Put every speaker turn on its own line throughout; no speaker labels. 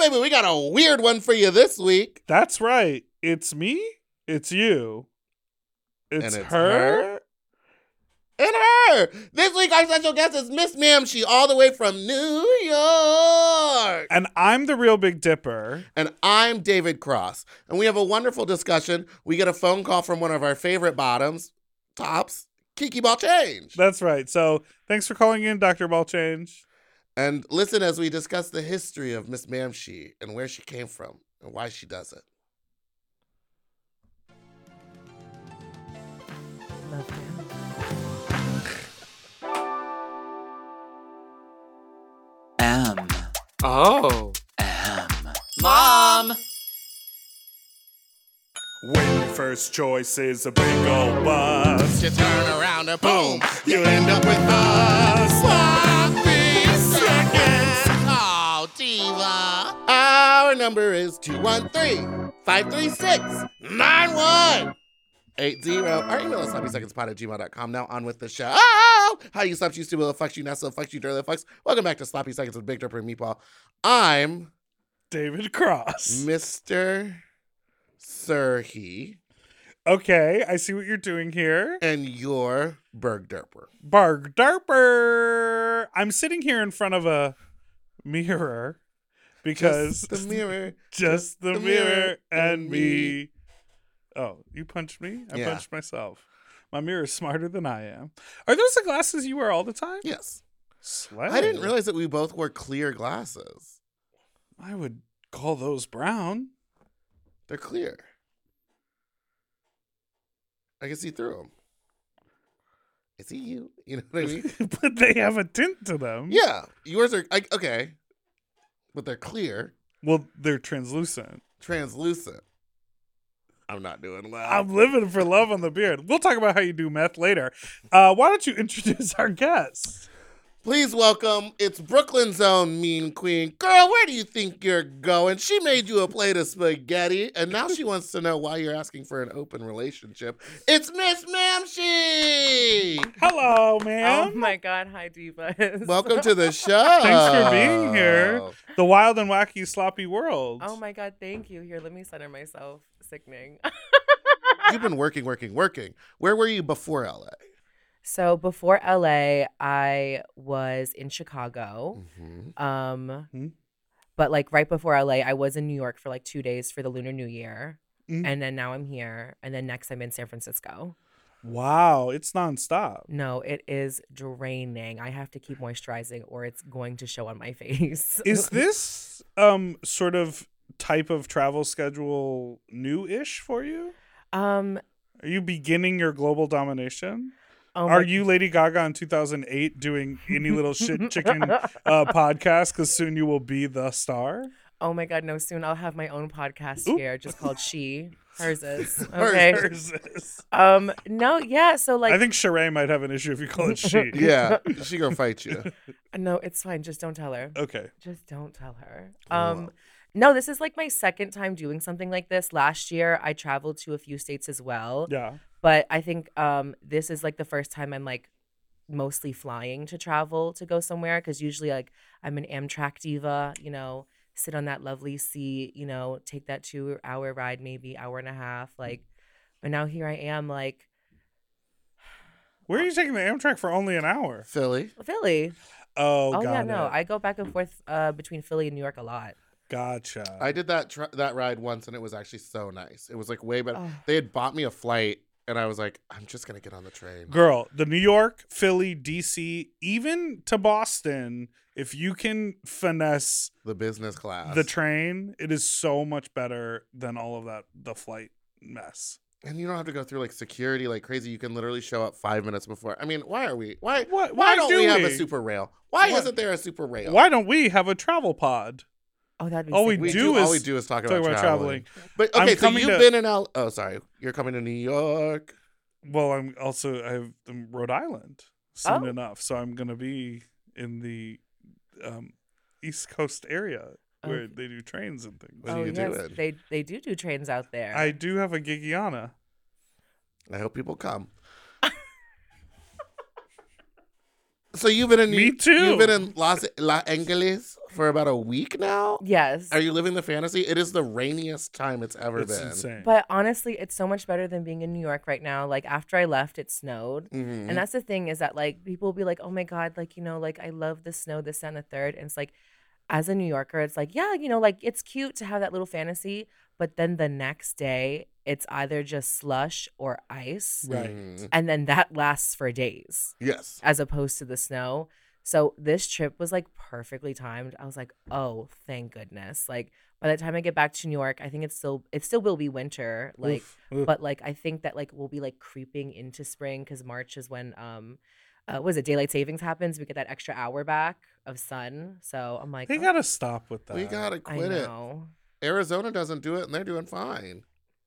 Raven, we got a weird one for you this week.
That's right. It's me. It's you. It's,
it's
her.
And her. This week, our special guest is Miss Ma'am. She all the way from New York.
And I'm the real Big Dipper.
And I'm David Cross. And we have a wonderful discussion. We get a phone call from one of our favorite bottoms, tops, Kiki Ball Change.
That's right. So thanks for calling in, Dr. Ball Change.
And listen as we discuss the history of Miss Mamshi and where she came from and why she does it.
Love you.
M.
Oh.
M.
Mom!
When first choice is a big old bus.
You turn around and boom, you end up with us. Sloppy seconds. Oh, Diva. Our number is 213 536 9180. Our email is sloppysecondspot at gmail.com. Now on with the show. How you slept, you stupid little fucks, you nestle, fucks, you dirty little fucks. Welcome back to Sloppy Seconds with Big Dipper and Meatball. I'm
David Cross.
Mr. Sirhe
Okay, I see what you're doing here.
and your Berg Derper.
Barg Darper. I'm sitting here in front of a mirror because
Just the mirror.
just the,
the
mirror,
mirror
and
and
me. Oh, you punched me? I
Yeah.
punched myself. My mirror is smarter than I am. Are those the glasses you wear all the time?
Yes.
Slay.
I didn't realize that we both wore clear glasses.
I would call those brown.
They're clear. I can see through them. Is he you? You know what I mean?
but they have a tint to them.
yeah. Yours are I, okay, but they're clear,
Well, they're translucent.
translucent. I'm not doing well.
I'm living for love on the beard. We'll talk about how you do meth later. Uh, why don't you introduce our guest?
Please welcome, it's Brooklyn's own mean queen. Girl, where do you think you're going? She made you a plate of spaghetti, and now she wants to know why you're asking for an open relationship. It's Miss Mamshi!
Hello,
Oh
ma'am.
my god, hi divas.
Welcome to the show.
Thanks for being here. the wild and wacky sloppy world.
Oh my god, thank you. Here, let me center myself. Sickening.
You've been working, working, working. Where were you before LA?
so before LA, I was in Chicago.
Mm-hmm.
Um
Hmm.
but like right before LA, I was in New York for like 2 days for the Lunar New Year.
Mm.
And then now I'm here, and then next I'm in San Francisco.
Wow, it's nonstop.
No, it is draining. I have to keep moisturizing, or it's going to show on my face.
Is this um sort of type of travel schedule new-ish for you?
um?
Are you beginning your global domination?
Oh my
Are you Lady Gaga in 2008 doing any little shit chicken uh, podcast? Because soon you will be the star.
Oh my God, no, soon I'll have my own podcast
Oop.
here just called She. Hers is.
Hers,
Okay.
Hers is-
Um, no, yeah, so like,
I think Sheree might have an issue if you call it she.
Yeah, she gonna fight you.
no, it's fine. Just don't tell her.
Okay.
Just don't tell her.
Oh.
Um, no, this is like my second time doing something like this. Last year, I traveled to a few states as well.
Yeah.
But I think um, this is like the first time I'm like mostly flying to travel to go somewhere because usually like I'm an Amtrak diva, you know, sit on that lovely seat, you know, take that two hour ride, maybe hour and a half. Like, but now here I am, like,
Where are you taking the Amtrak for only an hour?
Philly.
Philly.
Oh,
Oh,
got
yeah, no,
it.
I go back and forth uh, between Philly and New York a lot.
gotcha.
I did that tr- that ride once, and it was actually so nice. It was like way better.
Oh.
They had bought me a flight, and I was like, I'm just gonna get on the train.
Girl, the New York, Philly, DC, even to Boston, if you can finesse
The business class.
the train, it is so much better than all of that the flight mess.
and you don't have to go through like security like crazy. You can literally show up five minutes before. I mean, why are we? Why?
Why-
Why,
why
don't
do
we, have a
we?
super rail? Why
Why-
isn't there a super rail?
Why don't we have a travel pod?
Oh, that'd be
Oh,
oh,
we
we
do
do,
is-
all we do is talk about,
Talking about
traveling.
traveling.
But
I'm
okay, so
coming
you've
to-
been in L. Oh, sorry, you're coming to New York.
Well, I'm also I have um, Rhode Island soon
Oh.
enough, so I'm gonna be in the um, East Coast area where
Okay.
they do trains and things.
What are
oh,
you
yes,
doing?
they they do do trains out there.
I do have a Gigiana.
I hope people come. so you've been in
Me
You've been
too.
in Los Los Angeles. for about a week now.
Yes.
Are you living the fantasy? It is the rainiest time it's ever
It's
been.
insane.
But honestly, it's so much better than being in New York right now. Like after I left, it snowed.
Mhm.
And that's the thing is that like people will be like, oh my God, like, you know, like I love the snow, this and the third. And it's like, as a New Yorker, it's like, yeah, you know, like it's cute to have that little fantasy. But then the next day, it's either just slush or ice.
Right.
Mhm.
And then that lasts for days
Yes.
as opposed to the snow. So this trip was like perfectly timed. I was like, oh, thank goodness. Like by the time I get back to New York, I think it's still it still will be winter. Like
Oof, oof.
but like I think that like we'll be like creeping into spring because March is when um uh, was it daylight savings happens. We get that extra hour back of sun. So I'm like,
they
oh,
gotta stop with that.
We gotta
I
quit it.
know.
Arizona doesn't do it, and they're doing fine.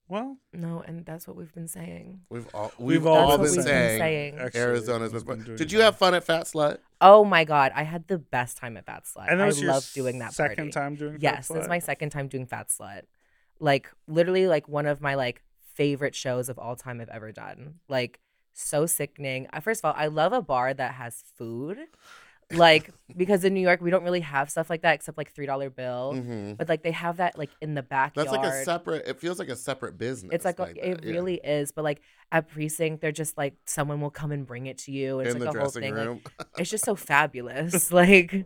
Well,
No, and that's what we've been saying.
We've all we've,
We've all
all
That's what
been
we've
saying.
been saying.
actually,
Arizona's
we've
been.
been doing
Did you
that.
have fun at Fat Slut?
Oh my god, I had the best time at that slut.
And that
I
was your
love doing that.
Second
party.
time doing. Fat
Yes, that's
Slut?
my second time doing Fat Slut. Like literally like one of my like favorite shows of all time I've ever done. Like so sickening. Uh, First of all, I love a bar that has food. Like because in New York we don't really have stuff like that except like $3 bill.
Mm-hmm.
But like they have that like in the backyard.
That's like a separate. It feels like a separate business.
it's like, a-
that,
it
yeah.
really is, but like at precinct, they're just like someone will come and bring it to you. and It's
in
like
the
a whole
dressing
thing. like,
room.
it's just so fabulous. like,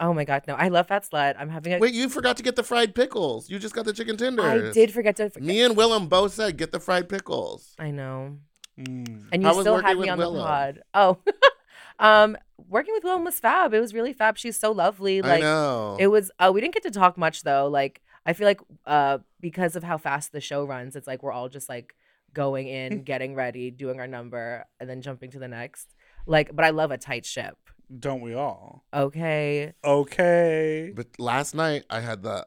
oh my god, no, I love Fat Slut. I'm having a
Wait, you forgot to get the fried pickles. You just got the chicken tenders.
I did forget to. Forget.
Me and Willem both said get the fried pickles.
I know,
Mm.
and
I
you
was
still
working
had
with
me on
Willow.
the pod. Oh, um, working with Willem was fab. It was really fab. She's so lovely.
I
Like
know.
it was. Uh, we didn't get to talk much though. Like I feel like uh, because of how fast the show runs, it's like we're all just like going in, getting ready, doing our number, and then jumping to the next. Like, but I love a tight ship.
Don't we all?
Okay.
Okay.
but last night I had the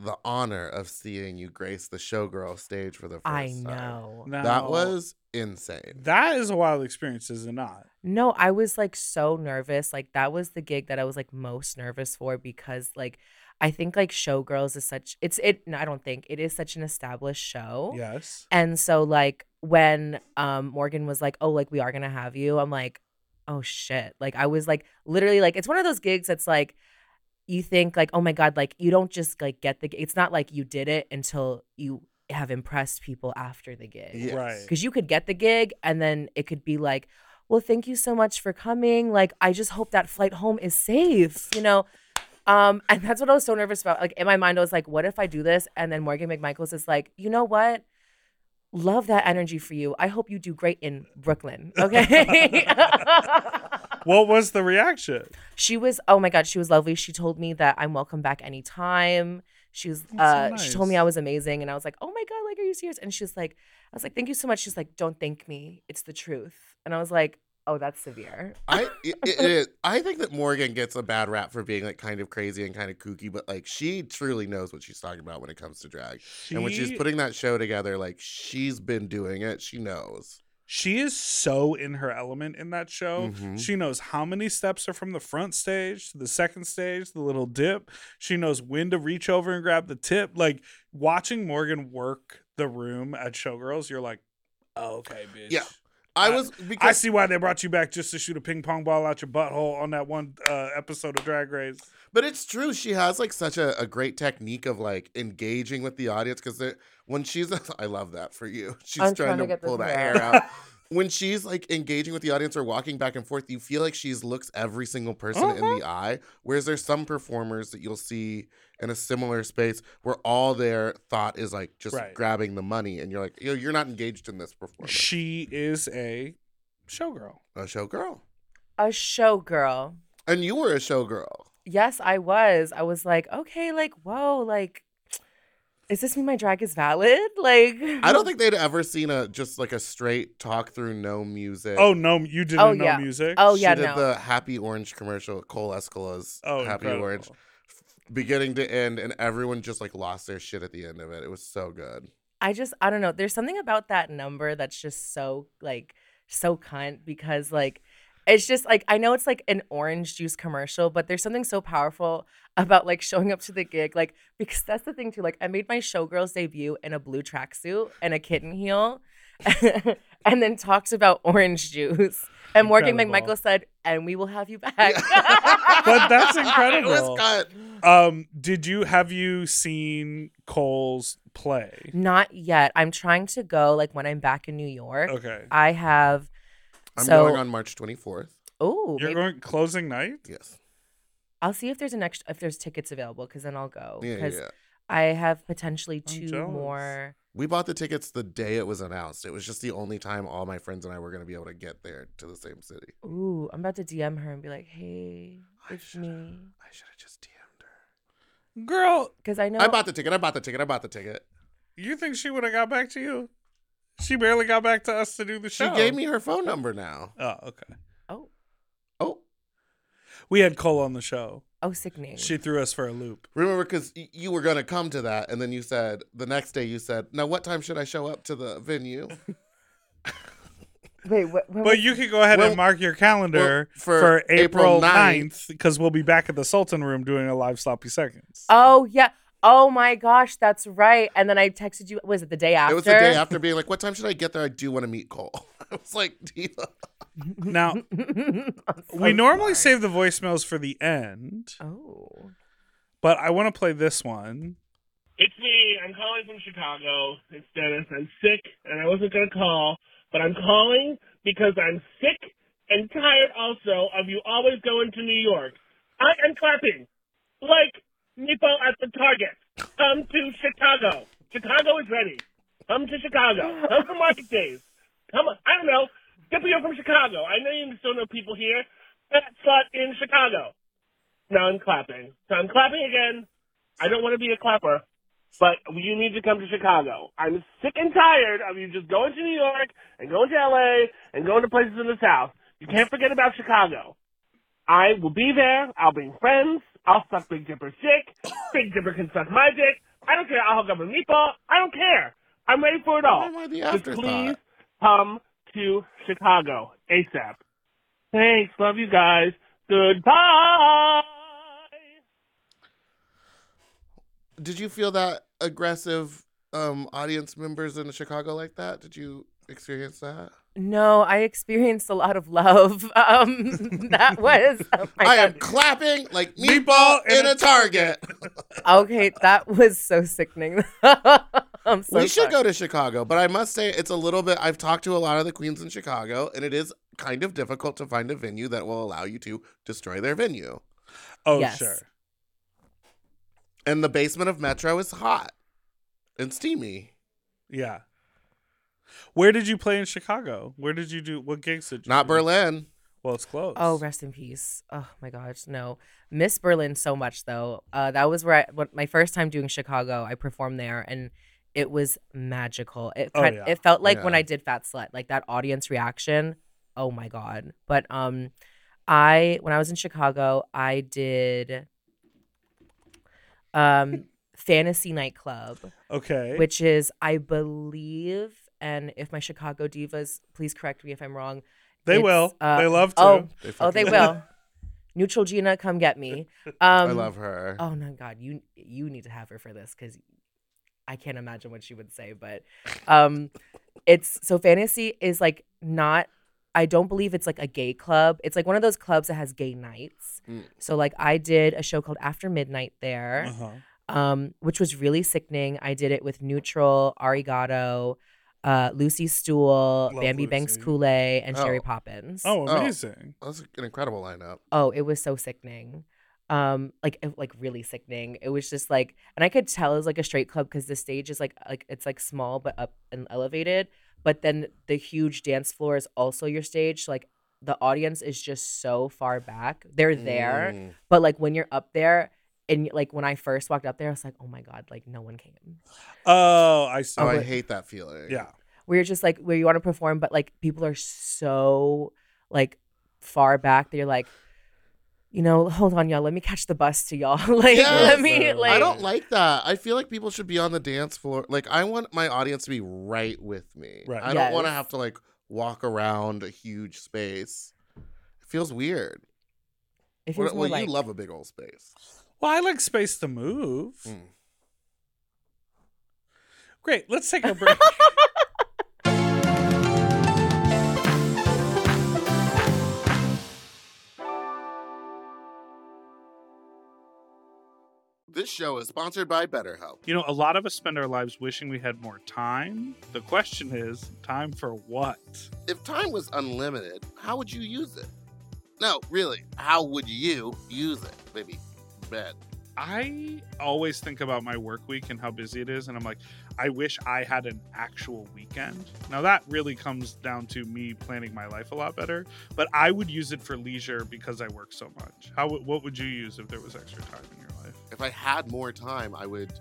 the honor of seeing you grace the showgirl stage for the first
I
time.
know.
That
Now,
was insane.
That is a wild experience, is it not?
No, I was like so nervous. Like that was the gig that I was like most nervous for because like I think like Showgirls is such it's it no, I don't think it is such an established show.
Yes.
And so like when um Morgan was like, "Oh, like we are going to have you." I'm like, "Oh shit." Like I was like literally like it's one of those gigs that's like you think like, "Oh my god, like you don't just like get the gig. It's not like you did it until you have impressed people after the gig."
Yes.
Right.
because you could get the gig and then it could be like well thank you so much for coming like i just hope that flight home is safe you know um and that's what i was so nervous about like in my mind i was like what if i do this and then morgan mcmichaels is like you know what love that energy for you i hope you do great in brooklyn okay
What was the reaction?
she was oh my god she was lovely she told me that i'm welcome back anytime she was uh
That's so
she told me
nice.
i was amazing and i was like oh my god like are you serious and she was like i was like thank you so much she's like don't thank me it's the truth and i was like oh that's severe
I it, it is. I think that Morgan gets a bad rap for being like kind of crazy and kind of kooky, but like she truly knows what she's talking about when it comes to drag. And when she's
She-
putting that show together, like she's been doing it. She knows.
She is so in her element in that show.
Mhm.
She knows how many steps are from the front stage to the second stage, the little dip. She knows when to reach over and grab the tip. Like watching Morgan work the room at Showgirls, you're like, oh, okay, bitch.
Yeah, I
I-
was
I
because
see why they brought you back just to shoot a ping pong ball out your butthole on that one uh, episode of Drag Race.
But it's true. She has like such a, a great technique of like engaging with the audience because when she's, I love that for you. She's
I'm
trying,
trying to
to,
get this
pull that
hair
hair out. when she's like engaging with the audience or walking back and forth, you feel like she's looks every single person in the eye. Whereas there's some performers that you'll see in a similar space where all their thought is like just
Right.
grabbing the money, and you're like, Yo, you're not engaged in this performance.
She is a showgirl.
a showgirl,
a showgirl
and you were a showgirl.
yes i was i was like okay like whoa like is this mean my drag is valid like
I don't think they'd ever seen a just like a straight talk through no music.
Oh no, you didn't
Oh,
know
yeah.
music.
oh yeah
she did
no
the Happy Orange commercial, Cole Escala's
oh
Happy
incredible.
Orange, beginning to end, and everyone just like lost their shit at the end of it. It was so good.
I just I don't know. There's something about that number that's just so like so cunt because like it's just like I know it's like an orange juice commercial, but there's something so powerful about like showing up to the gig, like because that's the thing too. Like I made my showgirls debut in a blue tracksuit and a kitten heel, and then talked about orange juice. And Morgan
Incredible.
McMichael said, and we will have you back.
But that's
It was
incredible.
good.
Um, did you have you seen Cole's play?
Not yet. I'm trying to go like when I'm back in New York.
Okay,
I have
I'm
So-
going on March 24th.
oh,
you're going closing night.
Yes.
I'll see if there's an extra if there's tickets available because then I'll go
Yeah, yeah,
because
yeah.
I have potentially
I'm
two
jealous.
more.
We bought the tickets the day it was announced. It was just the only time all my friends and I were going to be able to get there to the same city.
Ooh, I'm about to DM her and be like, hey, it's me
I should have just DM'd her.
Girl,
because I know
I bought the ticket. I bought the ticket. I bought the ticket.
you think she would have got back to you? She barely got back to us to do the
She
show.
gave me her phone number now.
Oh, okay.
oh
Oh,
We had Cole on the show.
oh sickening.
She threw us for a loop.
remember because you were going to come to that. And then you said, the next day, you said, now what time should I show up to the venue?
Wait, what? when
But
was-
you can go ahead
Well-
and mark your calendar
well,
for,
for
April
April
9th because we'll be back at the Sultan Room doing a live sloppy seconds.
oh yeah. Oh my gosh, that's right. And then I texted you. Was it the day after?
It was the day after being like, what time should I get there? I do want to meet Cole. I was like, Diva.
Now, we normally save the voicemails for the end,
Oh.
but I want to play this one.
It's me. I'm calling from Chicago. It's Dennis. I'm sick, and I wasn't going to call, but I'm calling because I'm sick and tired also of you always going to New York. I am clapping like Nippo at the Target. Come to Chicago. Chicago is ready. Come to Chicago. Come for market days. Come on. I don't know. Get you're from Chicago. I know you still know people here. That slut in Chicago. Now I'm clapping. So I'm clapping again. I don't want to be a clapper, but you need to come to Chicago. I'm sick and tired of you just going to New York and going to LA and going to places in the South. You can't forget about Chicago. I will be there. I'll bring friends. I'll suck Big Dipper's dick. Big Dipper can suck my dick. I don't care. I'll hook up with Meatball. I don't care. I'm ready for it all.
Why am I the
Just
afterthought?
please come to Chicago ASAP. Thanks. Love you guys. Goodbye.
Did you feel that aggressive um, audience members in Chicago like that? Did you experience that?
No, I experienced a lot of love. Um, that was oh my
I am
God.
clapping like
Meatball
meatball
in
in
a
a Target.
okay. That was so sickening. I'm so
we should
sorry.
go to Chicago, but I must say it's a little bit. I've talked to a lot of the queens in Chicago, and it is kind of difficult to find a venue that will allow you to destroy their venue.
Oh,
Yes.
sure.
And the basement of Metro is hot and steamy.
Yeah. Where did you play in Chicago? Where did you do? What gigs did you
Not
do?
Berlin.
Well, it's close.
Oh, rest in peace. Oh my gosh, no. Miss Berlin so much though. Uh, that was where I, what, my first time doing Chicago. I performed there, and it was magical. It
Oh,
kind-
yeah.
it felt like when
Yeah.
I did Fat Slut, like that audience reaction. Oh my god. But um, I when I was in Chicago, I did um Fantasy Nightclub
Okay.
which is I believe, and if my Chicago divas, please correct me if I'm wrong.
they
it's,
will.
uh,
they love to.
Oh,
They
oh, they
fucking-
will. Neutral Gina, come get me. Um,
I love her.
Oh no, God, you you need to have her for this because I can't imagine what she would say. But um, it's so fantasy is like not. I don't believe it's like a gay club. It's like one of those clubs that has gay nights.
Mm.
So like I did a show called After Midnight there
Uh-huh.
um, which was really sickening. I did it with Neutral, Arigato, uh, Lucy Stool,
Love
Bambi Banks
Lucy.
Kool Aid, and Sherry
Oh.
Poppins.
Oh,
Oh.
amazing.
That's an incredible lineup.
oh, it was so sickening. Um, like it- like really sickening. It was just like, and I could tell it was like a straight club because the stage is like like it's like small but up and elevated. But then the huge dance floor is also your stage. So like the audience is just so far back. They're there,
Mm.
but like when you're up there, and like when I first walked up there, I was like, oh my god, like no one came.
Oh, I see.
Oh, I hate that feeling.
yeah.
where you're just like where you want to perform, but like people are so like far back that you're like, you know, hold on, y'all, let me catch the bus to y'all. like let
Yes.
me like
I don't like that. I feel like people should be on the dance floor. Like I want my audience to be right with me.
Right.
I don't want to
Yes.
have to like walk around a huge space. It feels weird.
it feels
Well,
more
well,
like
you love a big old space.
Well, I like space to move.
Mm.
Great. Let's take a break.
This show is sponsored by BetterHelp.
You know, a lot of us spend our lives wishing we had more time. The question is, time for what?
If time was unlimited, how would you use it? No, really, how would you use it? Maybe bed.
I always think about my work week and how busy it is, and I'm like, I wish I had an actual weekend. Now, that really comes down to me planning my life a lot better, but I would use it for leisure because I work so much. How, would- what would you use if there was extra time in your life?
If I had more time, I would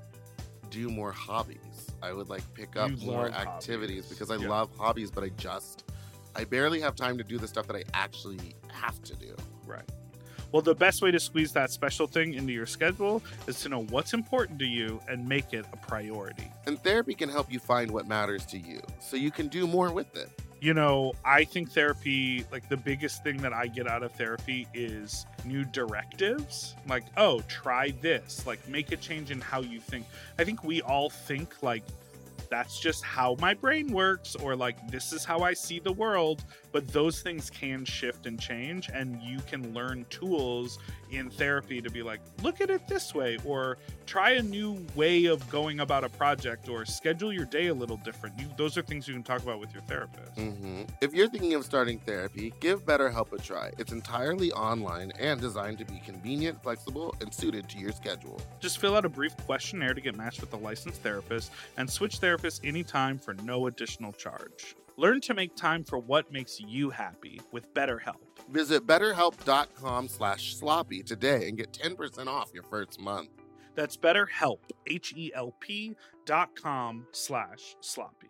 do more hobbies. I would like pick up
You
more
love
activities
hobbies.
because I
Yeah.
love hobbies, but I just I barely have time to do the stuff that I actually have to do.
Right. Well, the best way to squeeze that special thing into your schedule is to know what's important to you and make it a priority.
And therapy can help you find what matters to you so you can do more with it.
you know, I think therapy, like the biggest thing that I get out of therapy is new directives. Like, oh, try this. Like, make a change in how you think. I think we all think, like, that's just how my brain works, or like, this is how I see the world. But those things can shift and change. And you can learn tools in therapy to be like, look at it this way, or try a new way of going about a project, or schedule your day a little different. You, those are things you can talk about with your therapist.
hmm If you're thinking of starting therapy, give BetterHelp a try. It's entirely online and designed to be convenient, flexible, and suited to your schedule.
Just fill out a brief questionnaire to get matched with a licensed therapist and switch therapists anytime for no additional charge. Learn to make time for what makes you happy with BetterHelp.
Visit betterhelp.com slash sloppy today and get 10% off your first month.
That's BetterHelp, H-E-L-P dot com slash sloppy.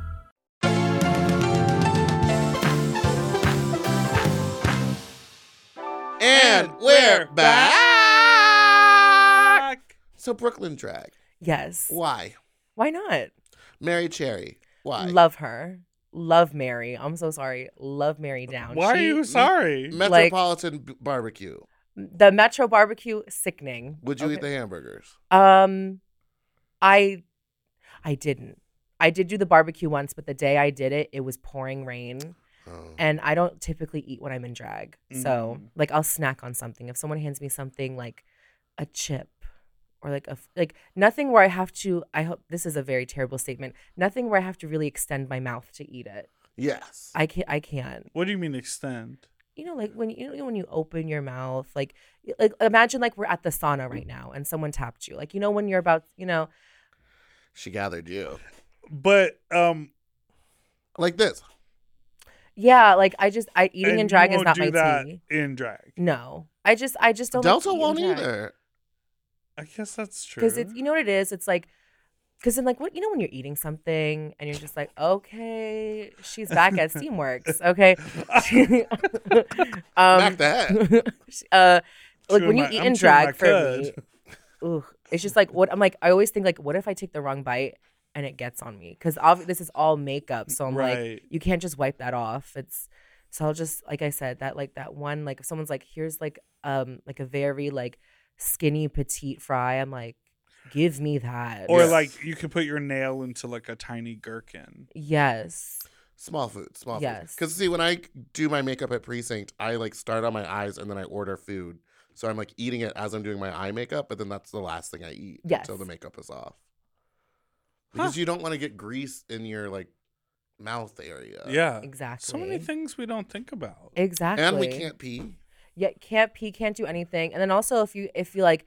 And we're back! So Brooklyn Drag,
Yes.
why?
Why not?
Mary Cherry, why?
Love her. Love Mary. I'm so sorry. Love Mary down.
Why are
She-
you sorry?
Metropolitan B- Barbecue.
The Metro barbecue sickening.
Would you
Okay.
eat the hamburgers?
Um, I, I didn't. I did do the barbecue once, but the day I did it, it was pouring rain,
Oh.
and I don't typically eat when I'm in drag. So,
Mhm.
like, I'll snack on something. If someone hands me something like a chip or like a f- like nothing where I have to, I hope this is a very terrible statement. Nothing where I have to really extend my mouth to eat it.
Yes.
I can't. I can't
What do you mean extend?
you know, like when you know, when you open your mouth, like like imagine like we're at the sauna right now and someone tapped you, like you know when you're about, you know,
she gathered you.
But um
Like this.
yeah, like I just I eating
and
and drag
you
is
won't
not
do
my
that
tea.
in drag.
No, I just I just don't.
Delta
like
won't either.
I guess that's true.
because it's you know what it is. It's like because then like what you know when you're eating something and you're just like okay, she's back at Steamworks, okay. um,
Back the head.
uh, like
Chewing
when you
my-
eat
I'm
in
chewing my
drag for me,
cud.
ooh, it's just like what I'm like. I always think like, what if I take the wrong bite and it gets on me? Because this is all makeup, so I'm
Right.
like, you can't just wipe that off. It's so I'll just like I said that like that one like if someone's like here's like um like a very like skinny petite fry, I'm like, give me that
or
Yes.
like you could put your nail into like a tiny gherkin.
yes.
Small food, small
Yes.
Because see, when I do my makeup at Precinct, I like start on my eyes and then I order food. So I'm like eating it as I'm doing my eye makeup, but then that's the last thing I eat
Yes.
until the makeup is off. Because you don't want to get grease in your like mouth area.
yeah.
Uh, Exactly.
So many things we don't think about.
Exactly.
And we can't pee.
yeah can't pee can't do anything and then also if you if you like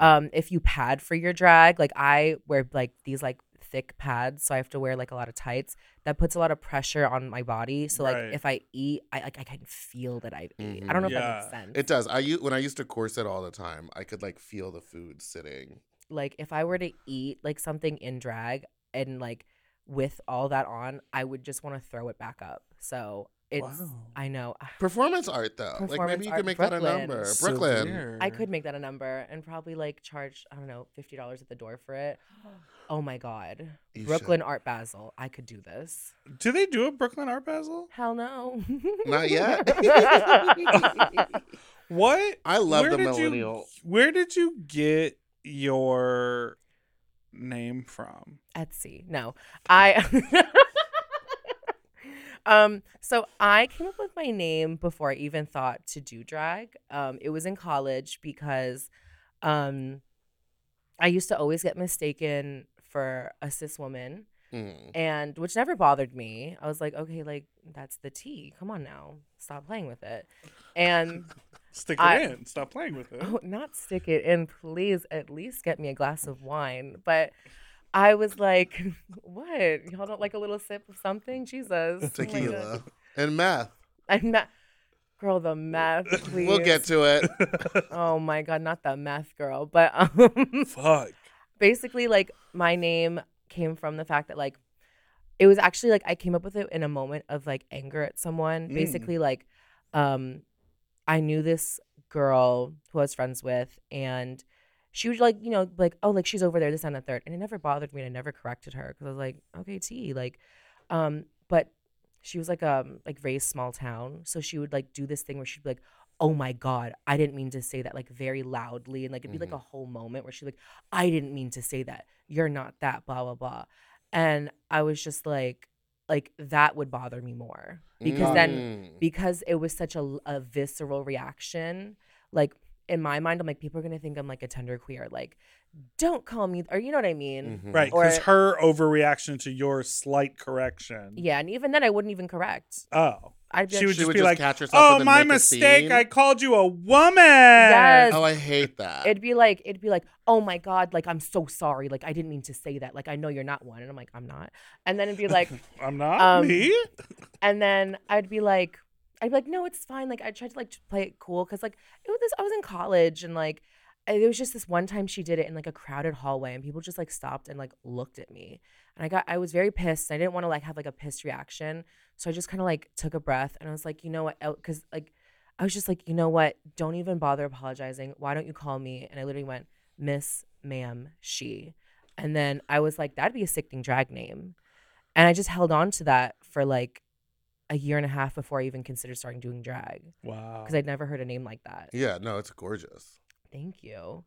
um if you pad for your drag like i wear like these like thick pads so i have to wear like a lot of tights that puts a lot of pressure on my body so like
Right. Mm-hmm.
if i eat i like i can feel that i've ate.
Mhm.
i don't know
Yeah.
if that makes sense
It does. I u- when I used to corset all the time, I could like feel the food sitting.
like if i were to eat like something in drag and like with all that on i would just want to throw it back up so it's I know.
Performance art, though. like
Performance
maybe you
art,
could make that a
Brooklyn.
number.
So
Brooklyn.
weird.
I could make that a number and probably like charge, I don't know, fifty dollars at the door for it. Oh my god.
You should.
Brooklyn Art Basel. I could do this.
Do they do a Brooklyn Art Basel?
Hell no.
Not yet.
What?
I love
Where
the
did you-
millennial.
where did you get your name from?
Etsy. No. I Um so I came up with my name before I even thought to do drag. Um it was in college because um I used to always get mistaken for a cis woman
Mm.
and which never bothered me. I was like, okay, like that's the T. Come on now. Stop playing with it. And
Stick it
I-
in. Stop playing with it.
Oh, not stick it in, please. At least get me a glass of wine. But I was like, what? Y'all don't like a little sip of something? Jesus. Oh my God.
Tequila. and meth.
I'm not. Girl, the meth, please.
We'll get to it.
Oh my God, not the meth girl. But um,
Fuck.
basically, like, my name came from the fact that, like, it was actually like I came up with it in a moment of like anger at someone.
Mm.
Basically, like, um, I knew this girl who I was friends with, and she was like, you know, like, oh, like she's over there, this and the third, and it never bothered me, and I never corrected her because I was like, okay, T, like, um, but she was like, um, like raised small town, so she would like do this thing where she'd be like. Oh my God, I didn't mean to say that like very loudly. And like it'd be like a whole moment where she'd be like, I didn't mean to say that. You're not that, blah, blah, blah and i was just like like that would bother me more because then
Mm.
because it was such a, a visceral reaction like in my mind i'm like people are gonna think i'm like a tender queer like don't call me or you know what i mean
Mhm.
Right, because
Or-
her overreaction to your slight correction.
yeah and even then i wouldn't even correct
Oh,
i'd be
she would
like,
She
just
would
be
just
like,
catch herself and
"Oh,
then
my
make a
mistake!
scene."
I called you a woman."
Yes.
Oh, I hate that.
it'd be like it'd be like oh my god like i'm so sorry like i didn't mean to say that like i know you're not one and i'm like i'm not and then it'd be like
I'm not
Um,
me.
and then I'd be like, I'd be like, no, it's fine. Like I tried to like t- play it cool because like it was this. I was in college and like I- there was just this one time she did it in like a crowded hallway and people just like stopped and like looked at me and I got I was very pissed. I didn't want to like have like a pissed reaction, so I just kind of like took a breath and I was like, you know what? Because like I was just like, you know what? Don't even bother apologizing. Why don't you call me? And I literally went, Miss, Ma'am, she. And then I was like, that'd be a sickening drag name. And I just held on to that for like a year and a half before I even considered starting doing drag
Wow.
because I'd never heard a name like that.
yeah, no, it's gorgeous.
Thank you.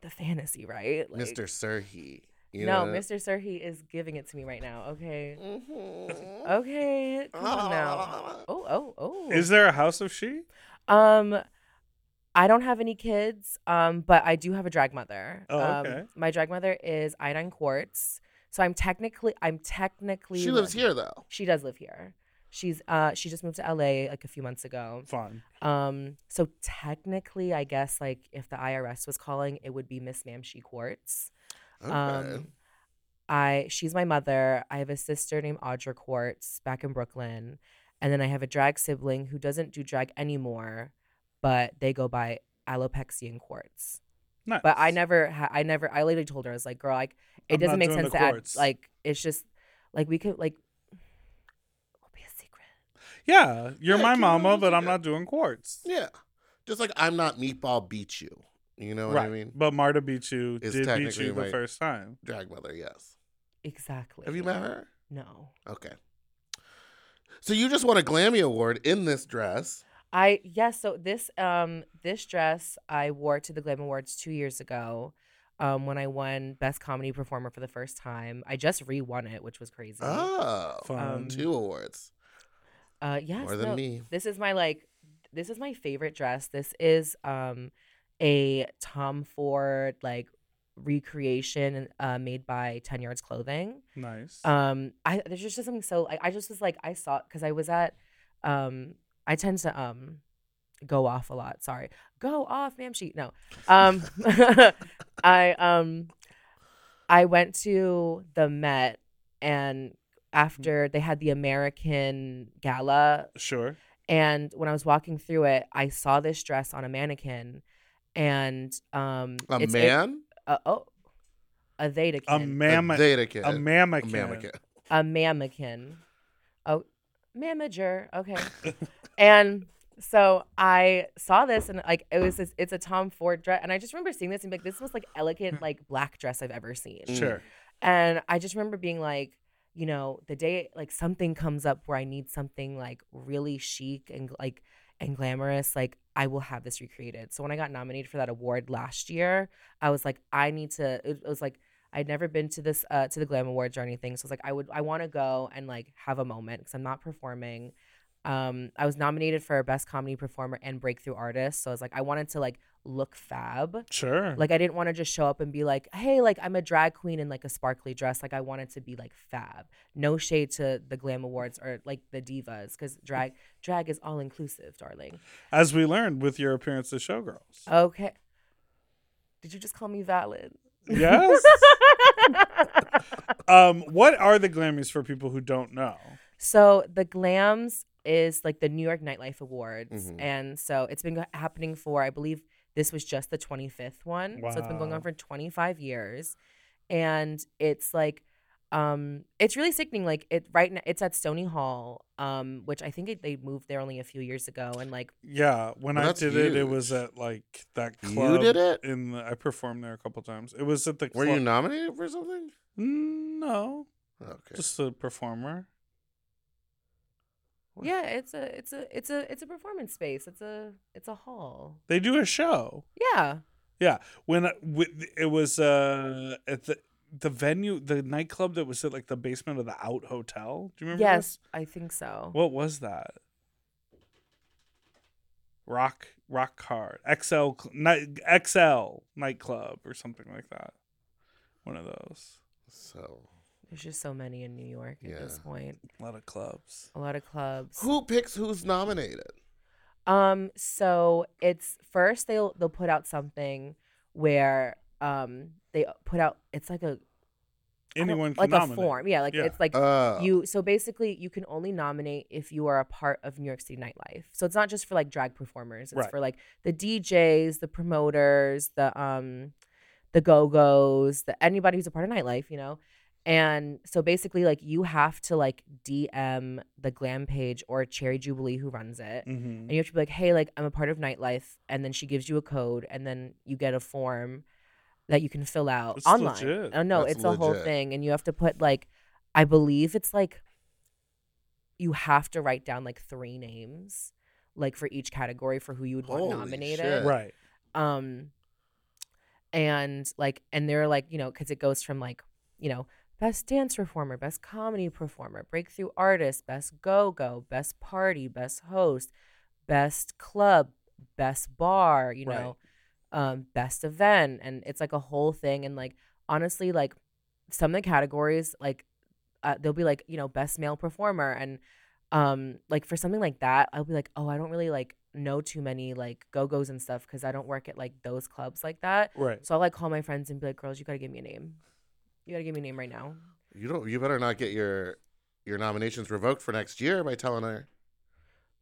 The fantasy, right? Like-
Mr. Serhi. You
no,
know?
Mr. Serhi is giving it to me right now. Okay.
Mhm.
Okay. Come on now. Oh, oh, oh.
Is there a House of She?
Um, I don't have any kids, um, but I do have a drag mother.
Oh,
Um,
okay.
my drag mother is Iodine Quartz, so I'm technically I'm technically
She lives here, though.
She does live here. She's uh she just moved to LA like a few months ago.
Fun.
Um, so technically, I guess like if the IRS was calling, it would be Miss Ma'am She Quartz.
Okay.
Um, I she's my mother. I have a sister named Audra Quartz back in Brooklyn, and then I have a drag sibling who doesn't do drag anymore, but they go by Alopexian Quartz.
Nice.
But I never, ha- I never, I literally told her I was like, girl, like it
I'm not
doesn't make
doing
sense
the
to add
quartz.
like it's just like we could like it'll be a secret.
Yeah, you're
Yeah,
my
keep
mama,
moving
but I'm
together.
not doing quartz.
yeah. Just like I'm not meatball, beat you. You know what
right.
I mean?
But Marta beat you.
Is
did beat
technically
you the
my-
first time.
Drag mother, yes.
Exactly.
Have you met her?
No.
Okay. So you just won a Glammy Award in this dress.
I yes, so this um this dress I wore to the Glam Awards two years ago, um when I won Best Comedy Performer for the first time. I just re-won it, which was crazy.
Oh,
Fun.
two awards.
Uh, Um, yes,
More than
no,
me.
This is my like, this is my favorite dress. This is um a Tom Ford like recreation uh, made by Ten Yards Clothing.
nice.
Um, I there's just something so I, I just was like I saw because I was at um I tend to um go off a lot. Sorry, go off, ma'am. She no. Um, I um I went to the Met and
Mm-hmm.
after they had the American Gala
sure.
and when I was walking through it, I saw this dress on a mannequin and um
A
it's in-
man,
uh, oh a thetakin
A
a
mammoth.
Zeta kid,
A mammoth.
a mammoth kid.
a mammakin. Oh, manager. Okay. and so I saw this and like it was this, it's a Tom Ford dress and I just remember seeing this and being like this was like elegant like black dress I've ever seen.
Mm.
Sure.
And I just remember being like, you know, the day like something comes up where I need something like really chic and like and glamorous, like I will have this recreated. So when I got nominated for that award last year, I was like, I need to. It was like I'd never been to this uh, to the Glam Awards or anything, so I was like, I would, I want to go and like have a moment because I'm not performing. Um, I was nominated for best comedy performer and breakthrough artist, so I was like, I wanted to like look fab.
Sure.
Like I didn't want to just show up and be like, "Hey, like I'm a drag queen in like a sparkly dress." Like I wanted to be like fab. No shade to the glam awards or like the divas cuz drag drag is all inclusive, darling.
As we learned with your appearance at Showgirls.
Okay. Did you just call me valid?
Yes. um, what are the Glammys for people who don't know?
So the Glams is like the New York Nightlife Awards,
Mhm.
and so it's been go- happening for I believe this was just the 25th one, so it's been going
Wow.
on for 25 years, and it's like. Um, it's really sickening. Like it right now, it's at Stony Hall, um, which I think it, they moved there only a few years ago. And like,
Yeah, when
Well,
I
that's
did it, it was
huge.
at like that
You
club.
did it?
in the. I performed there a couple times. It was at the.
Were
club.
you nominated for something?
Mm, No,
Okay.
just a performer.
yeah, it's a, it's a, it's a, it's a performance space. It's a, it's a hall.
They do a show.
Yeah.
Yeah, when I- wi- it was uh at the the venue, the nightclub that was at like the basement of the Out Hotel. Do you remember?
Yes,
this?
I think so.
What was that? Rock Rock Hard XL cl- night XL nightclub or something like that. One of those.
So
There's just so many in New York at this
Yeah.
point.
A lot of clubs.
A lot of clubs.
who picks who's nominated?
Um, so it's first they'll they'll put out something where um they put out it's like a I don't-
Anyone can
like
nominate.
a form. Yeah, like
Yeah.
it's like
Uh,
you so basically you can only nominate if you are a part of New York City nightlife. So it's not just for like drag performers. It's
Right.
for like the DJs, the promoters, the um the go-go's, the anybody who's a part of nightlife, you know. And so basically like you have to like DM the glam page or Cherry Jubilee who runs it
Mhm.
and you have to be like, hey, like I'm a part of nightlife, and then she gives you a code, and then you get a form that you can fill out
That's
online.
legit.
Oh no,
That's
it's a whole
legit.
thing, and you have to put like, I believe it's like, you have to write down like three names, like for each category for who you would want
Holy
nominated.
shit.
Right.
Um, and like, and they're like, you know, because it goes from like, you know. Best dance performer, best comedy performer, breakthrough artist, best go go, best party, best host, best club, best bar, you
Right.
know, um, best event. And it's like a whole thing. And like, honestly, like some of the categories, like, uh, they'll be like, you know, best male performer. And um, like for something like that, I'll be like, oh, I don't really like know too many like go go's and stuff because I don't work at like those clubs like that.
Right.
So I'll like call my friends and be like, girls, you got to give me a name. You got to give me a name right now.
You don't. You better not get your your nominations revoked for next year by telling her.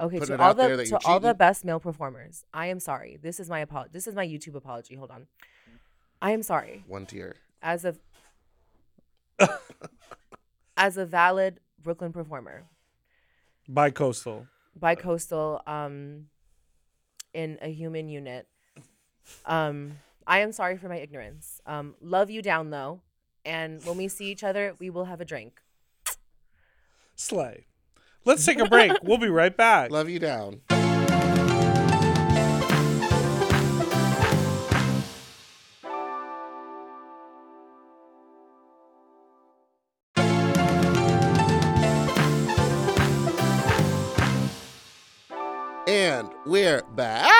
Okay,
Putting it
to all
out there
the
that
to
you're
all the
cheating.
best male performers. I am sorry. This is my apology. This is my YouTube apology. Hold on. I am sorry.
One tier.
As of as a valid Brooklyn performer,
By coastal.
bi coastal, um, in a human unit. Um, I am sorry for my ignorance. Um, love you down though, and when we see each other, we will have a drink.
Slay. Let's take a break. we'll be right back.
Love you down. And we're back.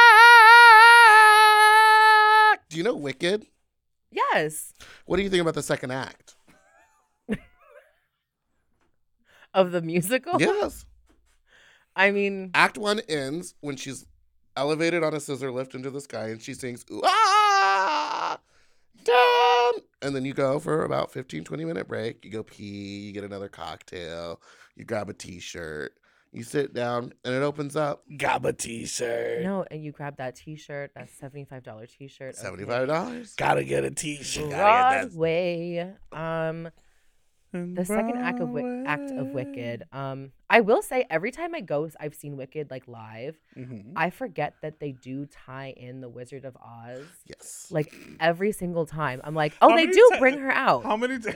Do you know Wicked?
Yes,
What do you think about the second act?
of the musical.
Yes.
I mean,
Act one ends when she's elevated on a scissor lift into the sky and she sings, Ooh, ah, down. And then you go for about 15, 20 minute break. You go pee, you get another cocktail, you grab a t shirt, you sit down, and it opens up
Gabba t shirt.
No, and you grab that T-shirt, that seventy-five dollar T-shirt. of
$75.
Gotta get a t shirt.
Broadway. Um, The second act of Wick- act of Wicked. Um, I will say every time I go, I've seen Wicked like live.
Mm-hmm.
Mhm.
I forget that they do tie in the Wizard of Oz.
Yes.
Like every single time, I'm like, oh,
How
they
many
do
ti-
bring her out.
Oh, How many? T-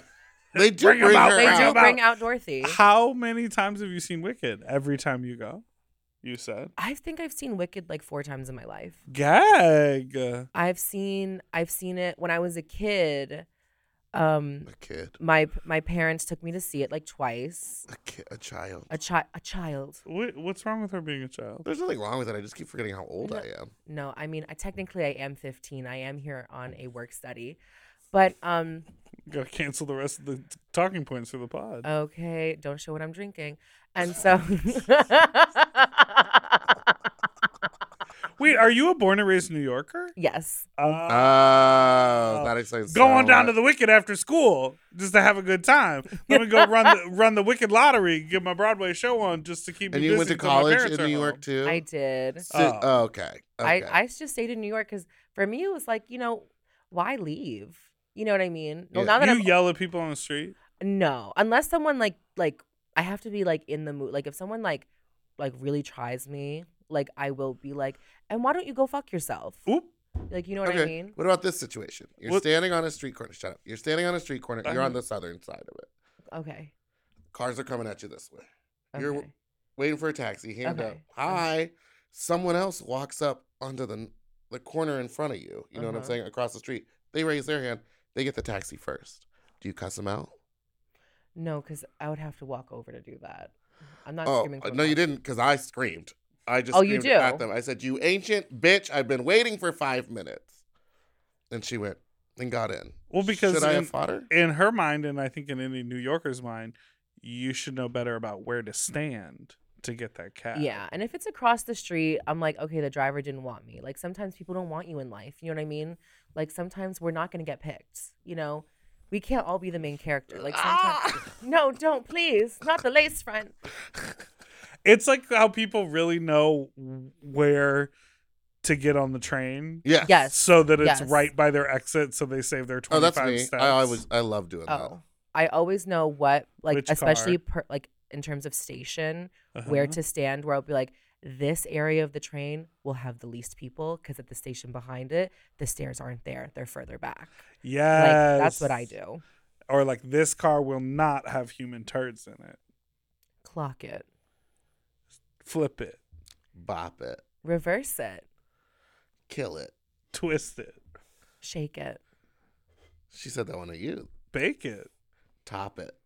They do
Bring 'em
bring
out,
her
they
many
do
out.
times-
bring out Dorothy.
how many times have you seen Wicked? Every time you go, you said
I think I've seen Wicked like four times in my life.
gag.
I've seen I've seen it when I was a kid. Um,
A kid.
my my parents took me to see it like twice.
A kid. A child.
A child, a child.
Wh- what's wrong with her being a child?
There's nothing wrong with it. I just keep forgetting how old I am.
No, I mean, I technically I am 15. I am here on a work study, but um,
Got to cancel the rest of the t- talking points for the
Uh,
pod.
okay, don't show what I'm drinking, and so.
Wait, are you a born and raised New Yorker?
Yes.
Uh,
Oh, that explains.
go
so
on down
much.
to the Wicked after school just to have a good time. Let me go run the, run the Wicked lottery, get my Broadway show on just to keep.
And
me
you
busy
went to
till my
college
parents
in
are
New York
home.
too.
I did.
Si-
Oh.
oh, okay. okay.
I, I just stayed in New York because for me, it was like, you know, why leave? You know what I mean? Well,
Yeah.
now that
You
I'm
yell at people on the street.
No, unless someone like like I have to be like in the mood. Like if someone like like really tries me, like I will be like, and why don't you go fuck yourself?
Oop.
Like you know what
okay.
I mean?
What about this situation? You're
What- Uh-huh.
standing on a street corner. Shut up. You're standing on a street corner.
I
You're on
know.
the southern side of it.
Okay.
Cars are coming at you this way.
okay.
You're waiting for a taxi. Hand up.
Okay.
Hi. Someone else walks up onto the the corner in front of you. You know what I'm
Uh-huh.
saying? Across the street. They raise their hand. They get the taxi first. Do you cuss them out?
No, because I would have to walk over to do that. I'm not
Oh
screaming. for
no, you
help.
didn't. Because I screamed. I just
Oh, you
screamed at
do?
them. I said, "You ancient bitch! I've been waiting for five minutes." And she went and got in.
Well, because
should I
in,
have fought her?
in her mind, and I think in any New Yorker's mind, you should know better about where to stand to get that cab.
Yeah, and if it's across the street, I'm like, okay, the driver didn't want me. Like sometimes people don't want you in life. You know what I mean? Like sometimes we're not gonna get picked. You know, we can't all be the main character. Like sometimes, no, don't please, not the lace front.
It's like how people really know where to get on the train
Yes.
Yes.
so that it's
Yes.
right by their exit so they save their 25
Oh, that's me.
steps.
I always I love doing that.
Oh, I always know what like
Which
especially per, like in terms of station where to stand where I'll be like this area of the train will have the least people because at the station behind it the stairs aren't there they're further back
Yes.
like that's what I do
Or like this car will not have human turds in it.
clock it
Flip it.
Bop it,
reverse it
kill it.
Twist it.
shake it
She said that one to you.
Bake it.
Top it.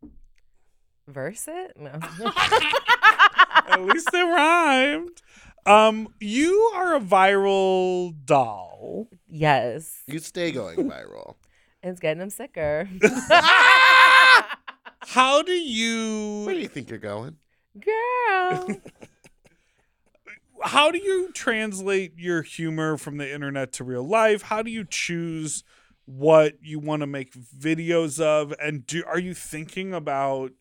verse it no
At least it rhymed. Um, you are a viral doll.
yes
You stay going viral.
it's getting them sicker
How
Where
do
do
you
you think you're going?
girl
how do you translate your humor from the internet to real life? How do you choose what you want to make videos of? And do are you thinking about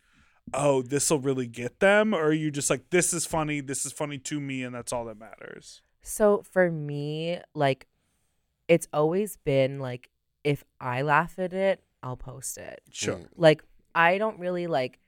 oh, this will really get them? Or are you just like, this is funny, this is funny to me, and that's all that matters?
So for me, like, it's always been like, if I laugh at it, I'll post it.
Sure.
Mm.
Like, I don't really like,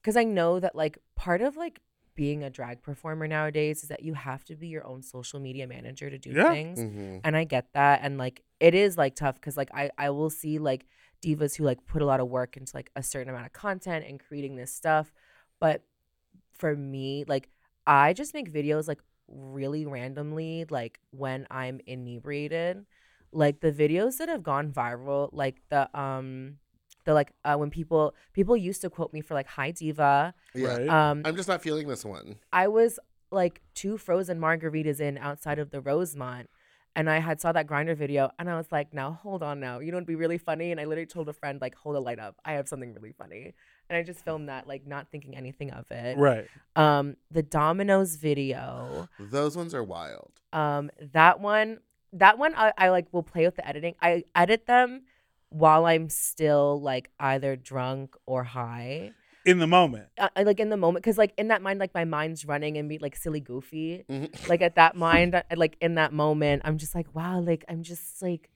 because I know that, like, part of like being a drag performer nowadays is that you have to be your own social media manager to do
Yeah.
things.
Mhm.
And I get that. And like, it is like tough because, like, I, I will see like divas who like put a lot of work into like a certain amount of content and creating this stuff. But for me, like, I just make videos like really randomly, like when I'm inebriated. Like the videos that have gone viral, like the um the like uh, when people people used to quote me for like hi diva.
Yeah.
Right.
Um
I'm just not feeling this one.
I was like two frozen margaritas in outside of the Rosemont. And I had saw that grinder video and I was like, now hold on now. You know it'd be really funny. And I literally told a friend, like, hold a light up. I have something really funny. And I just filmed that, like not thinking anything of it.
right.
Um, the Domino's video.
Those ones are wild.
Um, that one, that one, I, I like will play with the editing. I edit them while I'm still like either drunk or high,
In the moment.
uh, I, I, like in the moment, because like in that mind, like my mind's running and be like silly, goofy.
Mhm.
Like at that mind, I- like in that moment, I'm just like, wow, like I'm just like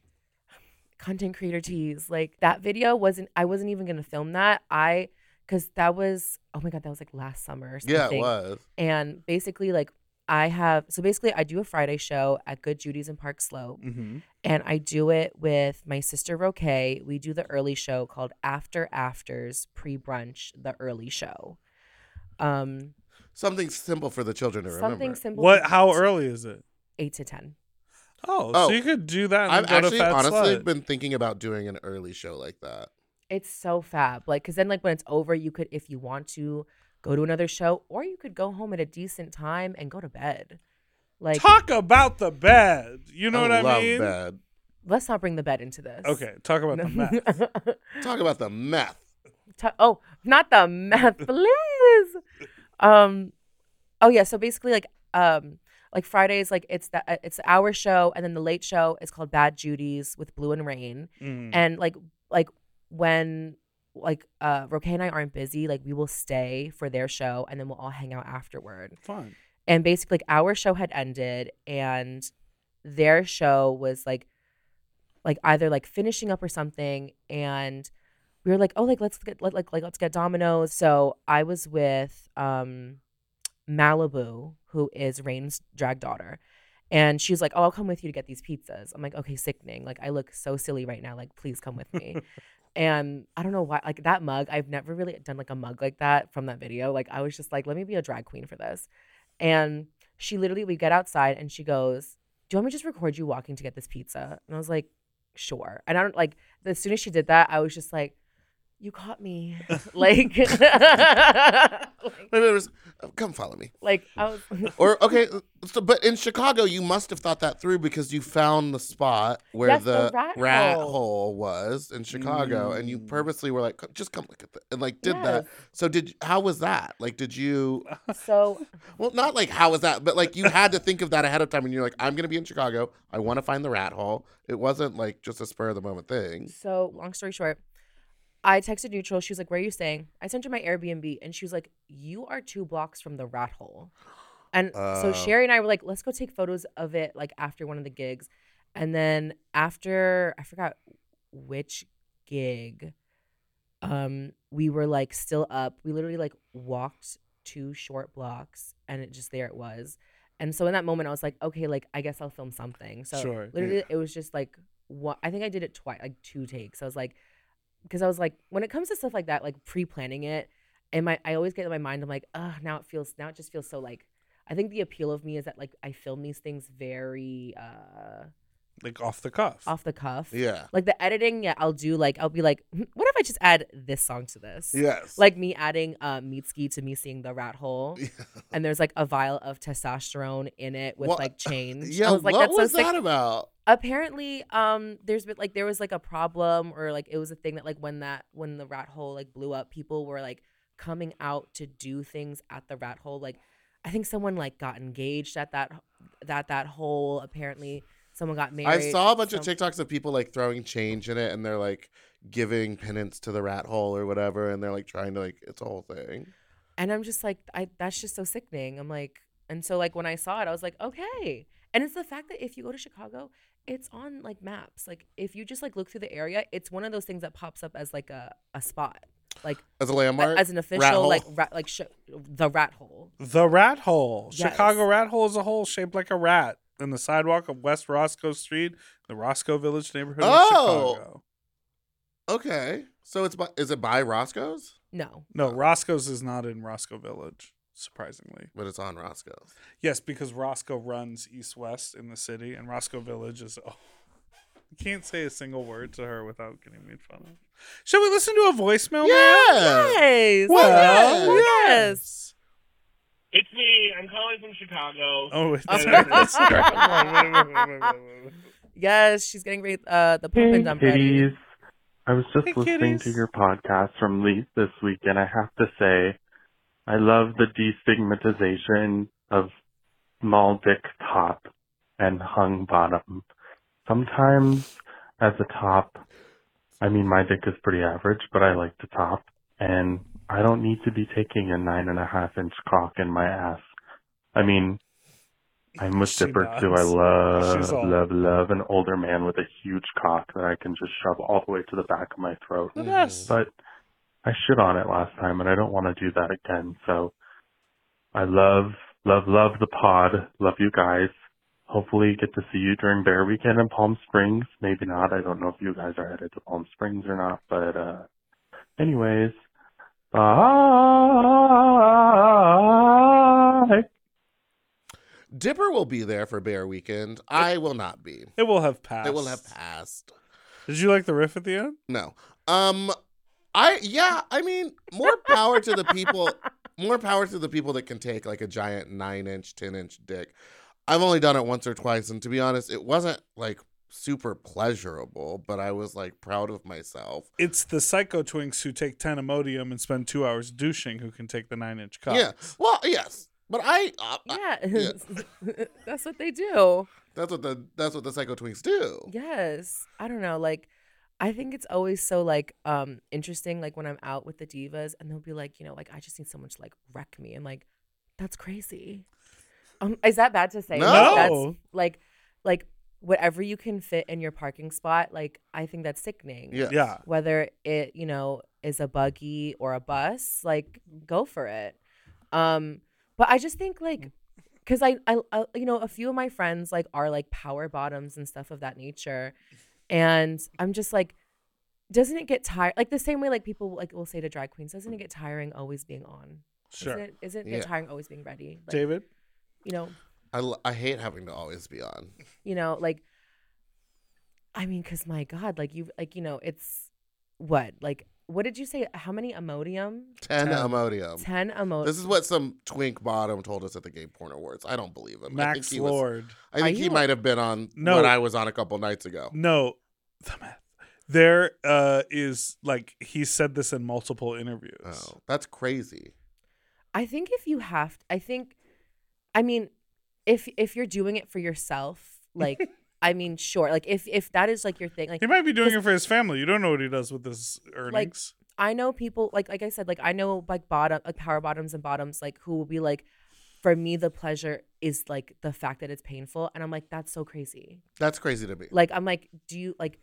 content creator tease. Like that video wasn't, I wasn't even gonna film that. I because that was oh my god, that was like last summer. Or something.
Yeah, it was.
And basically, like I have so basically I do a Friday show at Good Judy's in Park Slope,
Mm-hmm.
and I do it with my sister Roque. We do the early show called After Afters Pre Brunch, the early show. Um,
Something simple for the children to
something
remember.
simple.
What? How early is it?
Eight to ten.
Oh,
Oh.
so you could do that. And
I've
go
actually
to Fat
honestly
Slut.
been thinking about doing an early show like that.
It's so fab. Like, cause then like when it's over, you could, if you want to, go to another show, or you could go home at a decent time and go to bed. Like,
talk about the bed. You know
I
what I
love
mean?
Bad.
let's not bring the bed into this.
Okay, talk about the meth.
Talk about the meth.
Ta- oh, not the math, please. Um, oh yeah. So basically, like, um, like Fridays, like it's the uh, it's our show, and then the late show is called Bad Judy's with Blue and Rain,
Mm.
and like like when like uh Roque and I aren't busy, like we will stay for their show, and then we'll all hang out afterward.
Fine.
And basically, like our show had ended, and their show was like like either like finishing up or something and we were like oh like let's get let, like like let's get dominoes so i was with um malibu who is rain's drag daughter and she's like oh i'll come with you to get these pizzas i'm like okay sickening like i look so silly right now like please come with me and i don't know why like that mug i've never really done like a mug like that from that video like i was just like let me be a drag queen for this and she literally we get outside and she goes do you want me to just record you walking to get this pizza and i was like sure. And I don't like as soon as she did that, I was just like, you caught me. like, like,
Wait, wait, wait, wait. Come follow me.
like, I was
Or okay, so, but in Chicago, you must have thought that through because you found the spot where
Yes,
the,
the rat
hole.
hole.
was in Chicago, and you purposely were like, "Just come look at that," and like did that. So did how was that? Like, did you?
so
Well, not like how was that, but like you had to think of that ahead of time, and you're like, "I'm gonna be in Chicago. I want to find the rat hole." It wasn't like just a spur of the moment thing.
so long story short, I texted neutral. She was like, Where are you staying? I sent her my Airbnb and she was like, You are two blocks from the rat hole. And
Oh.
so Sherry and I were like, let's go take photos of it like after one of the gigs. And then after I forgot which gig, um, we were like still up. We literally like walked two short blocks and it just there it was. And so in that moment I was like, okay, like I guess I'll film something. So
Sure,
literally
yeah.
it was just like what I think I did it twice like two takes. I was like because I was like when it comes to stuff like that, like pre planning it, and my I always get in my mind, I'm like, oh now it feels now it just feels so like I think the appeal of me is that like I film these things very uh
Like off the cuff.
off the cuff.
Yeah.
Like the editing, yeah, I'll do like I'll be like, "Hmm, what if I just add this song to this?
Yes.
Like me adding uh, Meatski to me seeing the rat hole, and there's like a vial of testosterone in it with
What-
like chains.
yeah.
I was like,
what
that's
was
so sick."
that about?
Apparently, um, there's been like there was like a problem or like it was a thing that like when that when the rat hole like blew up, people were like coming out to do things at the rat hole. Like, I think someone like got engaged at that that that hole. Apparently, someone got married.
I saw a bunch of
some-
TikToks of people like throwing change in it and they're like giving penance to the rat hole or whatever and they're like trying to like it's a whole thing.
and I'm just like, I that's just so sickening. I'm like, and so like when I saw it, I was like, okay. And it's the fact that if you go to Chicago, it's on like maps. Like if you just like look through the area, it's one of those things that pops up as like a, a spot, like
As a
a-
landmark.
as an
rat
official
hole.
like rat, like sh- the rat hole.
the rat hole.
Yes.
Chicago rat hole is a hole shaped like a rat in the sidewalk of West Roscoe Street, the Roscoe Village neighborhood
Oh.
of Chicago.
Okay. So it's by is it by Roscoe's?
No,
No, Roscoe's is not in Roscoe Village, surprisingly.
But it's on Roscoe's.
Yes, because Roscoe runs east west in the city, and Roscoe Village is. Oh, I can't say a single word to her without getting made fun of. Shall we listen to a
Oh
voicemail? now?
Yeah.
yes,
Well,
yes.
yes.
It's me. I'm calling from Chicago.
Oh, wait,
Oh.
that's right. That's right. Wait, wait, wait, wait, wait, wait.
yes, she's getting re- uh, the pump and dump ready.
Kitties, I was just
Hey,
listening to
kitties.
your podcast from Leap this week, and I have to say, I love the destigmatization of small dick top and hung bottom. Sometimes, as a top, I mean, my dick is pretty average, but I like the top, and I don't need to be taking a nine and a half inch cock in my ass. I mean, I'm with
She
Dipper too. I
nods.
love,
She's all-
love, love an older man with a huge cock that I can just shove all the way to the back of my throat.
The best.
But I shit on it last time and I don't want to do that again. So I love, love, love the pod. Love you guys. Hopefully get to see you during Bear Weekend in Palm Springs. Maybe not. I don't know if you guys are headed to Palm Springs or not, but, uh, anyways, bye.
Dipper will be there for Bear Weekend. I will not be.
It will have passed.
It will have passed.
Did you like the riff at the end?
No. Um I yeah, I mean, more power to the people more power to the people that can take like a giant nine inch, ten inch dick. I've only done it once or twice, and to be honest, it wasn't like super pleasurable, but I was like proud of myself.
It's the psycho twinks who take ten Imodium and spend two hours douching who can take the nine inch cup.
Yeah. Well, yes. But I, uh,
Yeah. That's what they do.
that's what the that's what the psycho twinks do.
Yes. I don't know. Like, I think it's always so like um interesting. Like when I'm out with the divas, and they'll be like, you know, like I just need someone to like wreck me, and like that's crazy. Um, is that bad to say? Like,
No.
that's, like, like whatever you can fit in your parking spot. Like I think that's sickening.
Yeah.
Yeah.
whether it you know is a buggy or a bus like go for it um but i just think like
Mm.
because I, I i you know a few of my friends like are like power bottoms and stuff of that nature and i'm just like doesn't it get tired like the same way like people like will say to drag queens doesn't it get tiring always being on
Sure.
isn't it, isn't it get
Yeah.
tiring always being ready like,
David?
you know
I, l- I hate having to always be on.
you know like i mean because my god like you like you know it's what like what did you say how many emodium
Ten,
Ten.
Imodium.
10 emo-
Um, This is what some twink bottom told us at the Gay Porn Awards. I don't believe him. I think
Max
he was-
Lord.
I
Are
think he
you-
might have been on
No.
what I was on a couple nights ago.
No. The math. There uh is like he said this in multiple interviews.
Oh, that's crazy.
i think if you have i think i mean if if you're doing it for yourself like i mean sure like if if that is like your thing like
He might be doing it for his family. You don't know what he does with his earnings.
I know people like like I said, like I know like bottom like power bottoms and bottoms like who will be like, for me the pleasure is like the fact that it's painful, and I'm like that's so crazy.
That's crazy to me.
Like I'm like, do you like,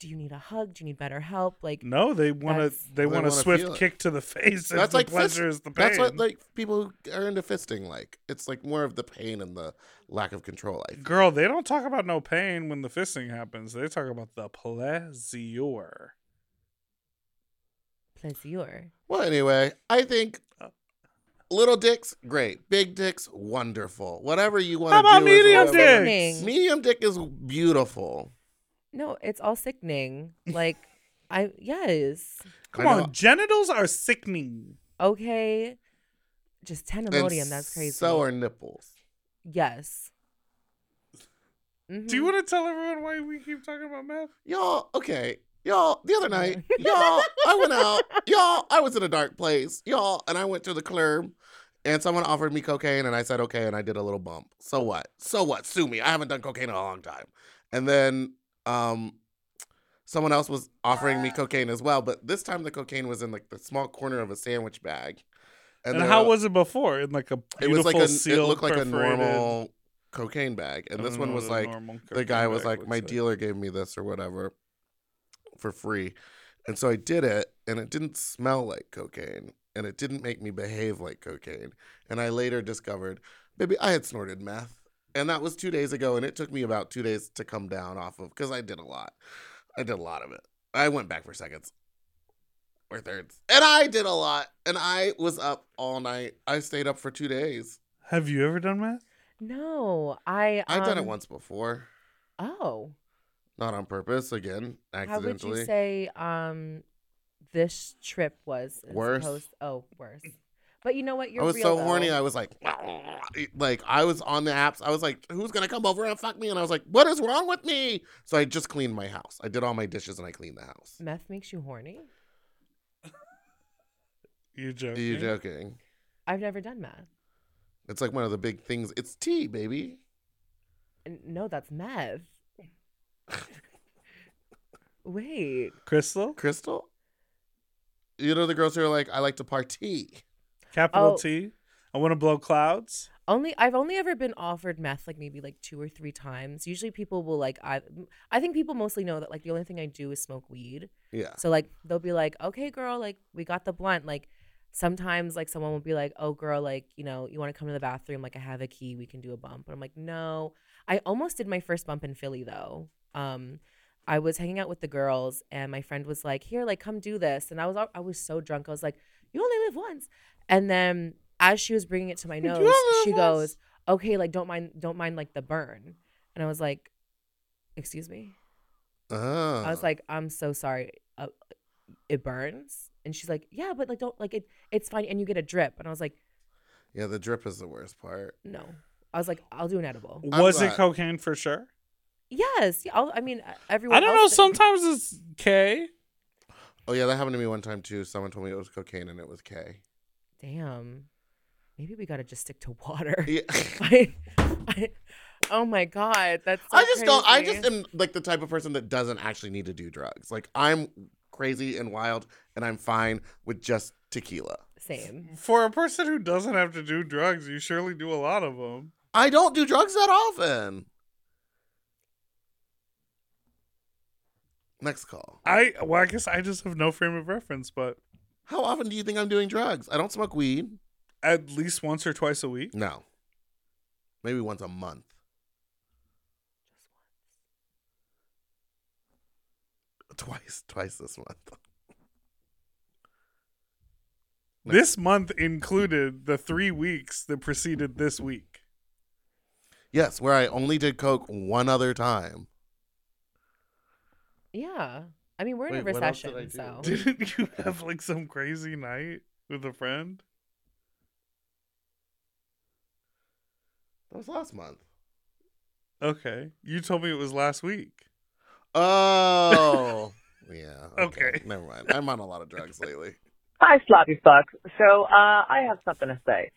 do you need a hug? Do you need better help? Like
Mm.
no, they want a
That's-
they want a
wanna feel
swift
it.
kick to the face. That's
that's
the
like
pleasure
fist-
is the pain.
That's what like people who are into fisting like. It's like more of the pain and the lack of control. I feel.
Girl, they don't talk about no pain when the fisting happens. They talk about the pleasure.
pleasure.
Well, anyway, I think
Uh.
little dicks great, big dicks wonderful. Whatever you want
How
to do.
about
is
medium
whatever-
dicks?
Sickening.
Medium dick is beautiful.
No, it's all sickening. Like I yes,
Come
I know.
on, genitals are sickening.
okay, just ten
And
Imodium. That's crazy.
So are nipples.
yes.
Do you
Mhm.
want to tell everyone why we keep talking about meth?
y'all okay y'all the other night y'all i went out y'all i was in a dark place y'all and i went to the club and someone offered me cocaine and i said okay and i did a little bump so what so what sue me i haven't done cocaine in a long time and then um someone else was offering
Ah.
me cocaine as well but this time the cocaine was in like the small corner of a sandwich bag
And,
there
how
were-
was it before? In like a
it
beautiful
was like a it
sealed,
looked like a
perforated-
normal cocaine bag
I
and this
don't
one
know
was
what a
like
normal
the guy
cocaine
was
bag
like,
looks
my dealer gave me this or whatever for free. And so I did it, and it didn't smell like cocaine, and it didn't make me behave like cocaine. And I later discovered, maybe I had snorted meth. And that was two days ago, and it took me about two days to come down off of because I did a lot. I did a lot of it. I went back for seconds or thirds, and I did a lot. And I was up all night. I stayed up for two days.
Have you ever done meth?
No, I.
I've done it
um,
once before,
Oh.
not on purpose. Again,
How would
accidentally.
you say um this trip was as
Worse.
opposed- oh, worse. But you know what? You're
I was
real,
so horny.
though.
I was like, like I was on the apps. I was like, who's gonna come over and fuck me? And I was like, what is wrong with me? So I just cleaned my house. I did all my dishes and I cleaned the house.
Meth makes you horny.
You joking?
Are you joking?
I've never done meth.
It's like one of the big things. It's tea, baby.
N- No, that's meth. Wait,
Crystal?
Crystal. You know the girls who are like, I like to party.
Capital
Oh.
T. I want to blow clouds.
Only I've only ever been offered meth like maybe like two or three times. Usually people will like I I think people mostly know that like the only thing I do is smoke weed.
Yeah.
So like they'll be like, "Okay, girl, like we got the blunt." Like sometimes like someone will be like, "Oh, girl, like you know you want to come to the bathroom? Like I have a key, we can do a bump." And I'm like, "No." I almost did my first bump in Philly though. Um, I was hanging out with the girls, and my friend was like, "Here, like come do this," and I was al- I was so drunk. I was like, "You only live once." And then as she was bringing it to my nose, she goes, "Okay, like don't mind, don't mind like the burn." And I was like, "Excuse me."
Oh.
I was like, I'm so sorry. Uh, it burns. And she's like, yeah, but like, don't like it. It's fine. And you get a drip. And I was like,
yeah, the drip is the worst part.
no. I was like, I'll do an edible.
I'm
Was it
not-
cocaine for sure?
Yes. Yeah, I'll, I mean, uh, everyone.
I don't know.
else-
Sometimes it's K.
Oh yeah, that happened to me one time too. Someone told me it was cocaine and it was K.
Damn. Maybe we gotta just stick to water.
Yeah.
I, I, oh my god, that's. so
I just don't. I
crazy.
just am like the type of person that doesn't actually need to do drugs. Like I'm crazy and wild, and I'm fine with just tequila.
same.
For a person who doesn't have to do drugs, you surely do a lot of them.
I don't do drugs that often. Next call.
I well, I guess I just have no frame of reference, but
How often do you think I'm doing drugs? I don't smoke weed.
at least once or twice a week.
No. Maybe once a month. Twice, twice this month.
This month included the three weeks that preceded this week.
Yes, where I only did coke one other time.
Yeah. I mean, we're in a
Wait, what else did
recession,
I
so.
do?
Didn't you have like some crazy night with a friend?
That was last month.
Okay, you told me it was last week.
Oh. yeah.
Okay.
Never mind. I'm on a lot of drugs lately.
Hi, sloppy fucks. So uh, I have something to say.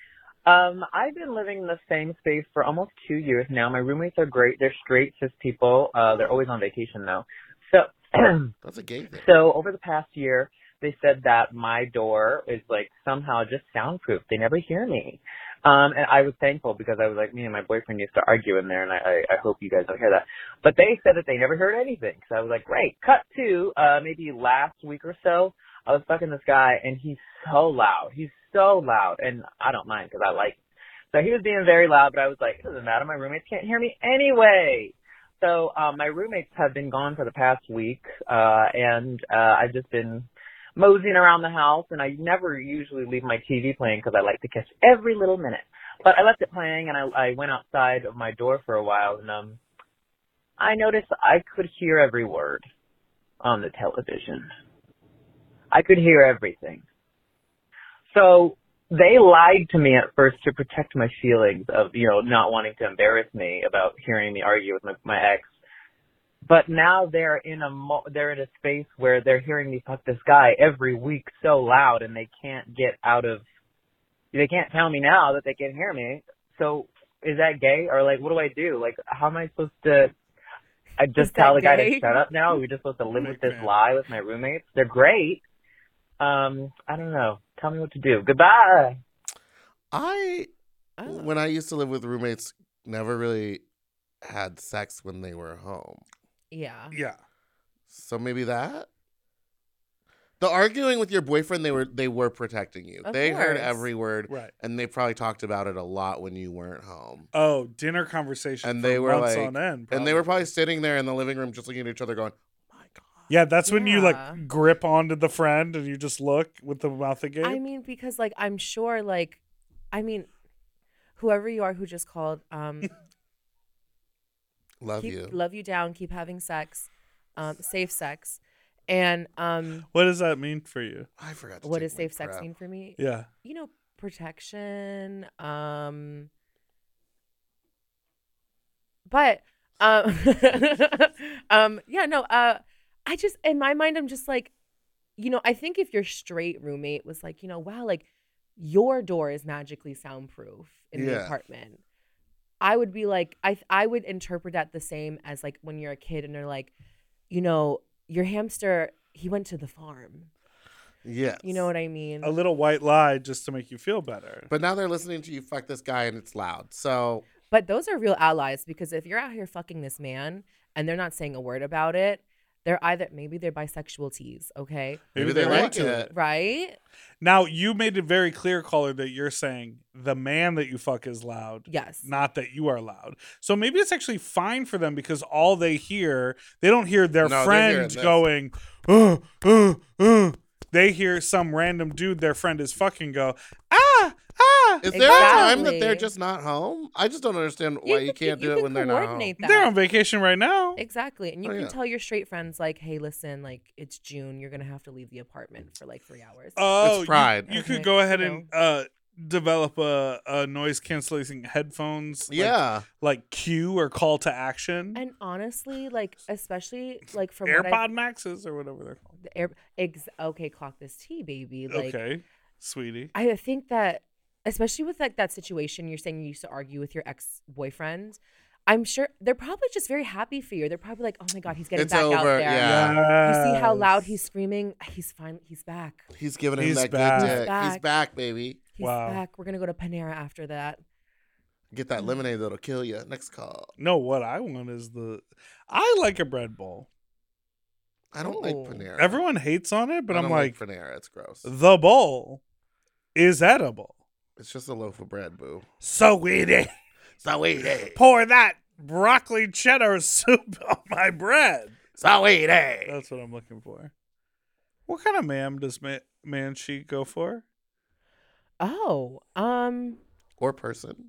Um, I've been living in the same space for almost two years now. My roommates are great. They're straight cis people. Uh, they're always on vacation though. So
That's a gay thing.
So over the past year, they said that my door is like somehow just soundproof. They never hear me. Um, and I was thankful because I was like, me and my boyfriend used to argue in there, and I, I, I hope you guys don't hear that. But they said that they never heard anything. So I was like, great. Cut to uh, maybe last week or so, I was fucking this guy, and he's so loud. He's so loud, and I don't mind because I like. Him. So he was being very loud, but I was like, it doesn't matter. My roommates can't hear me anyway. So um, my roommates have been gone for the past week, uh, and uh, I've just been moseying around the house. And I never usually leave my TV playing because I like to catch every little minute. But I left it playing, and I, I went outside of my door for a while, and um, I noticed I could hear every word on the television. I could hear everything. So they lied to me at first to protect my feelings of, you know, not wanting to embarrass me about hearing me argue with my, my ex. But now they're in a mo- they're in a space where they're hearing me fuck this guy every week so loud, and they can't get out of. They can't tell me now that they can hear me. So is that gay or like what do I do? Like how am I supposed to? I just
that
tell the guy to
gay?
shut up now. Are we just supposed to live with this
McMahon.
lie with my roommates? They're great. Um, I don't know. Tell me what to do. Goodbye.
I
Oh.
when I used to live with roommates, never really had sex when they were home.
yeah.
Yeah.
So maybe that. The arguing with your boyfriend, they were they were protecting you.
Of
they heard
course.
every word,
Right.
and they probably talked about it a lot when you weren't home.
Oh, dinner conversation.
And
for
they were
months
like-
on end,
And they were probably sitting there in the living room, just looking at each other, going, "Oh my god."
Yeah, that's when you
Yeah.
like grip onto the friend and you just look with the mouth agape.
I mean, because like I'm sure, like, I mean, whoever you are who just called, um,
Love
keep,
you.
love you down, keep having sex, um, safe sex, and um,
what does that mean for you?
I forgot. To
what
take
does
my
safe sex
crap.
mean for me?
Yeah.
You know, protection. Um, but um, um, yeah, no. Uh, I just in my mind, I'm just like, you know, I think if your straight roommate was like, you know, wow, like your door is magically soundproof in
Yeah.
the apartment. I would be like, I I would interpret that the same as like when you're a kid and they're like, you know, your hamster, he went to the farm.
Yes.
You know what I mean?
A little white lie just to make you feel better.
But now they're listening to you fuck this guy and it's loud. So
But those are real allies because if you're out here fucking this man and they're not saying a word about it, they're either maybe they're bisexual tees, okay?
Maybe Maybe they they like like it. it.
Right?
Now you made it very clear, caller, that you're saying the man that you fuck is loud.
Yes.
Not that you are loud. So maybe it's actually fine for them because all they hear, they don't hear their
No, they're hearing
friend
this.
going, uh, uh, uh. They hear some random dude their friend is fucking go, ah, ah.
is there a time that they're just not home? I just don't understand why you, can't do it when they're not home.
coordinate that.
They're on vacation right now.
Exactly. And you
Oh,
can
yeah.
tell your straight friends like, "Hey, listen, like it's June, you're going to have to leave the apartment for like 3 hours."
Oh, you-
pride.
You,
Okay,
could go ahead
you
and uh, develop a, a noise canceling headphones. like-
Yeah.
Like cue or call to action.
And honestly, like especially like from what
AirPod
I've-
Maxes or whatever they're called.
the air, ex- okay, clock this tea, baby. Like
okay, sweetie.
I think that especially with like that situation you're saying you used to argue with your ex-boyfriend, I'm sure they're probably just very happy for you. They're probably like, "Oh my god, he's getting
It's
back out
over,
there."
yeah.
You see how loud he's screaming? He's fine. He's back.
He's giving him
He's
that
back.
good
He's
dick. He's back.
back.
baby.
He's
Wow.
back. We're going to go to Panera after that.
Get that lemonade that'll kill you. Next call.
No, what I want is the. I like a bread bowl.
I don't like
Ooh.
Panera.
Everyone hates on it, but
I
I'm
don't
like,
Panera. It's gross.
the bowl is edible.
It's just a loaf of bread, boo.
So sweetie,
Sweetie.
pour that broccoli cheddar soup on my bread.
Sweetie.
That's what I'm looking for. What kind of ma'am does ma- man she go for?
Oh, um,
Or person.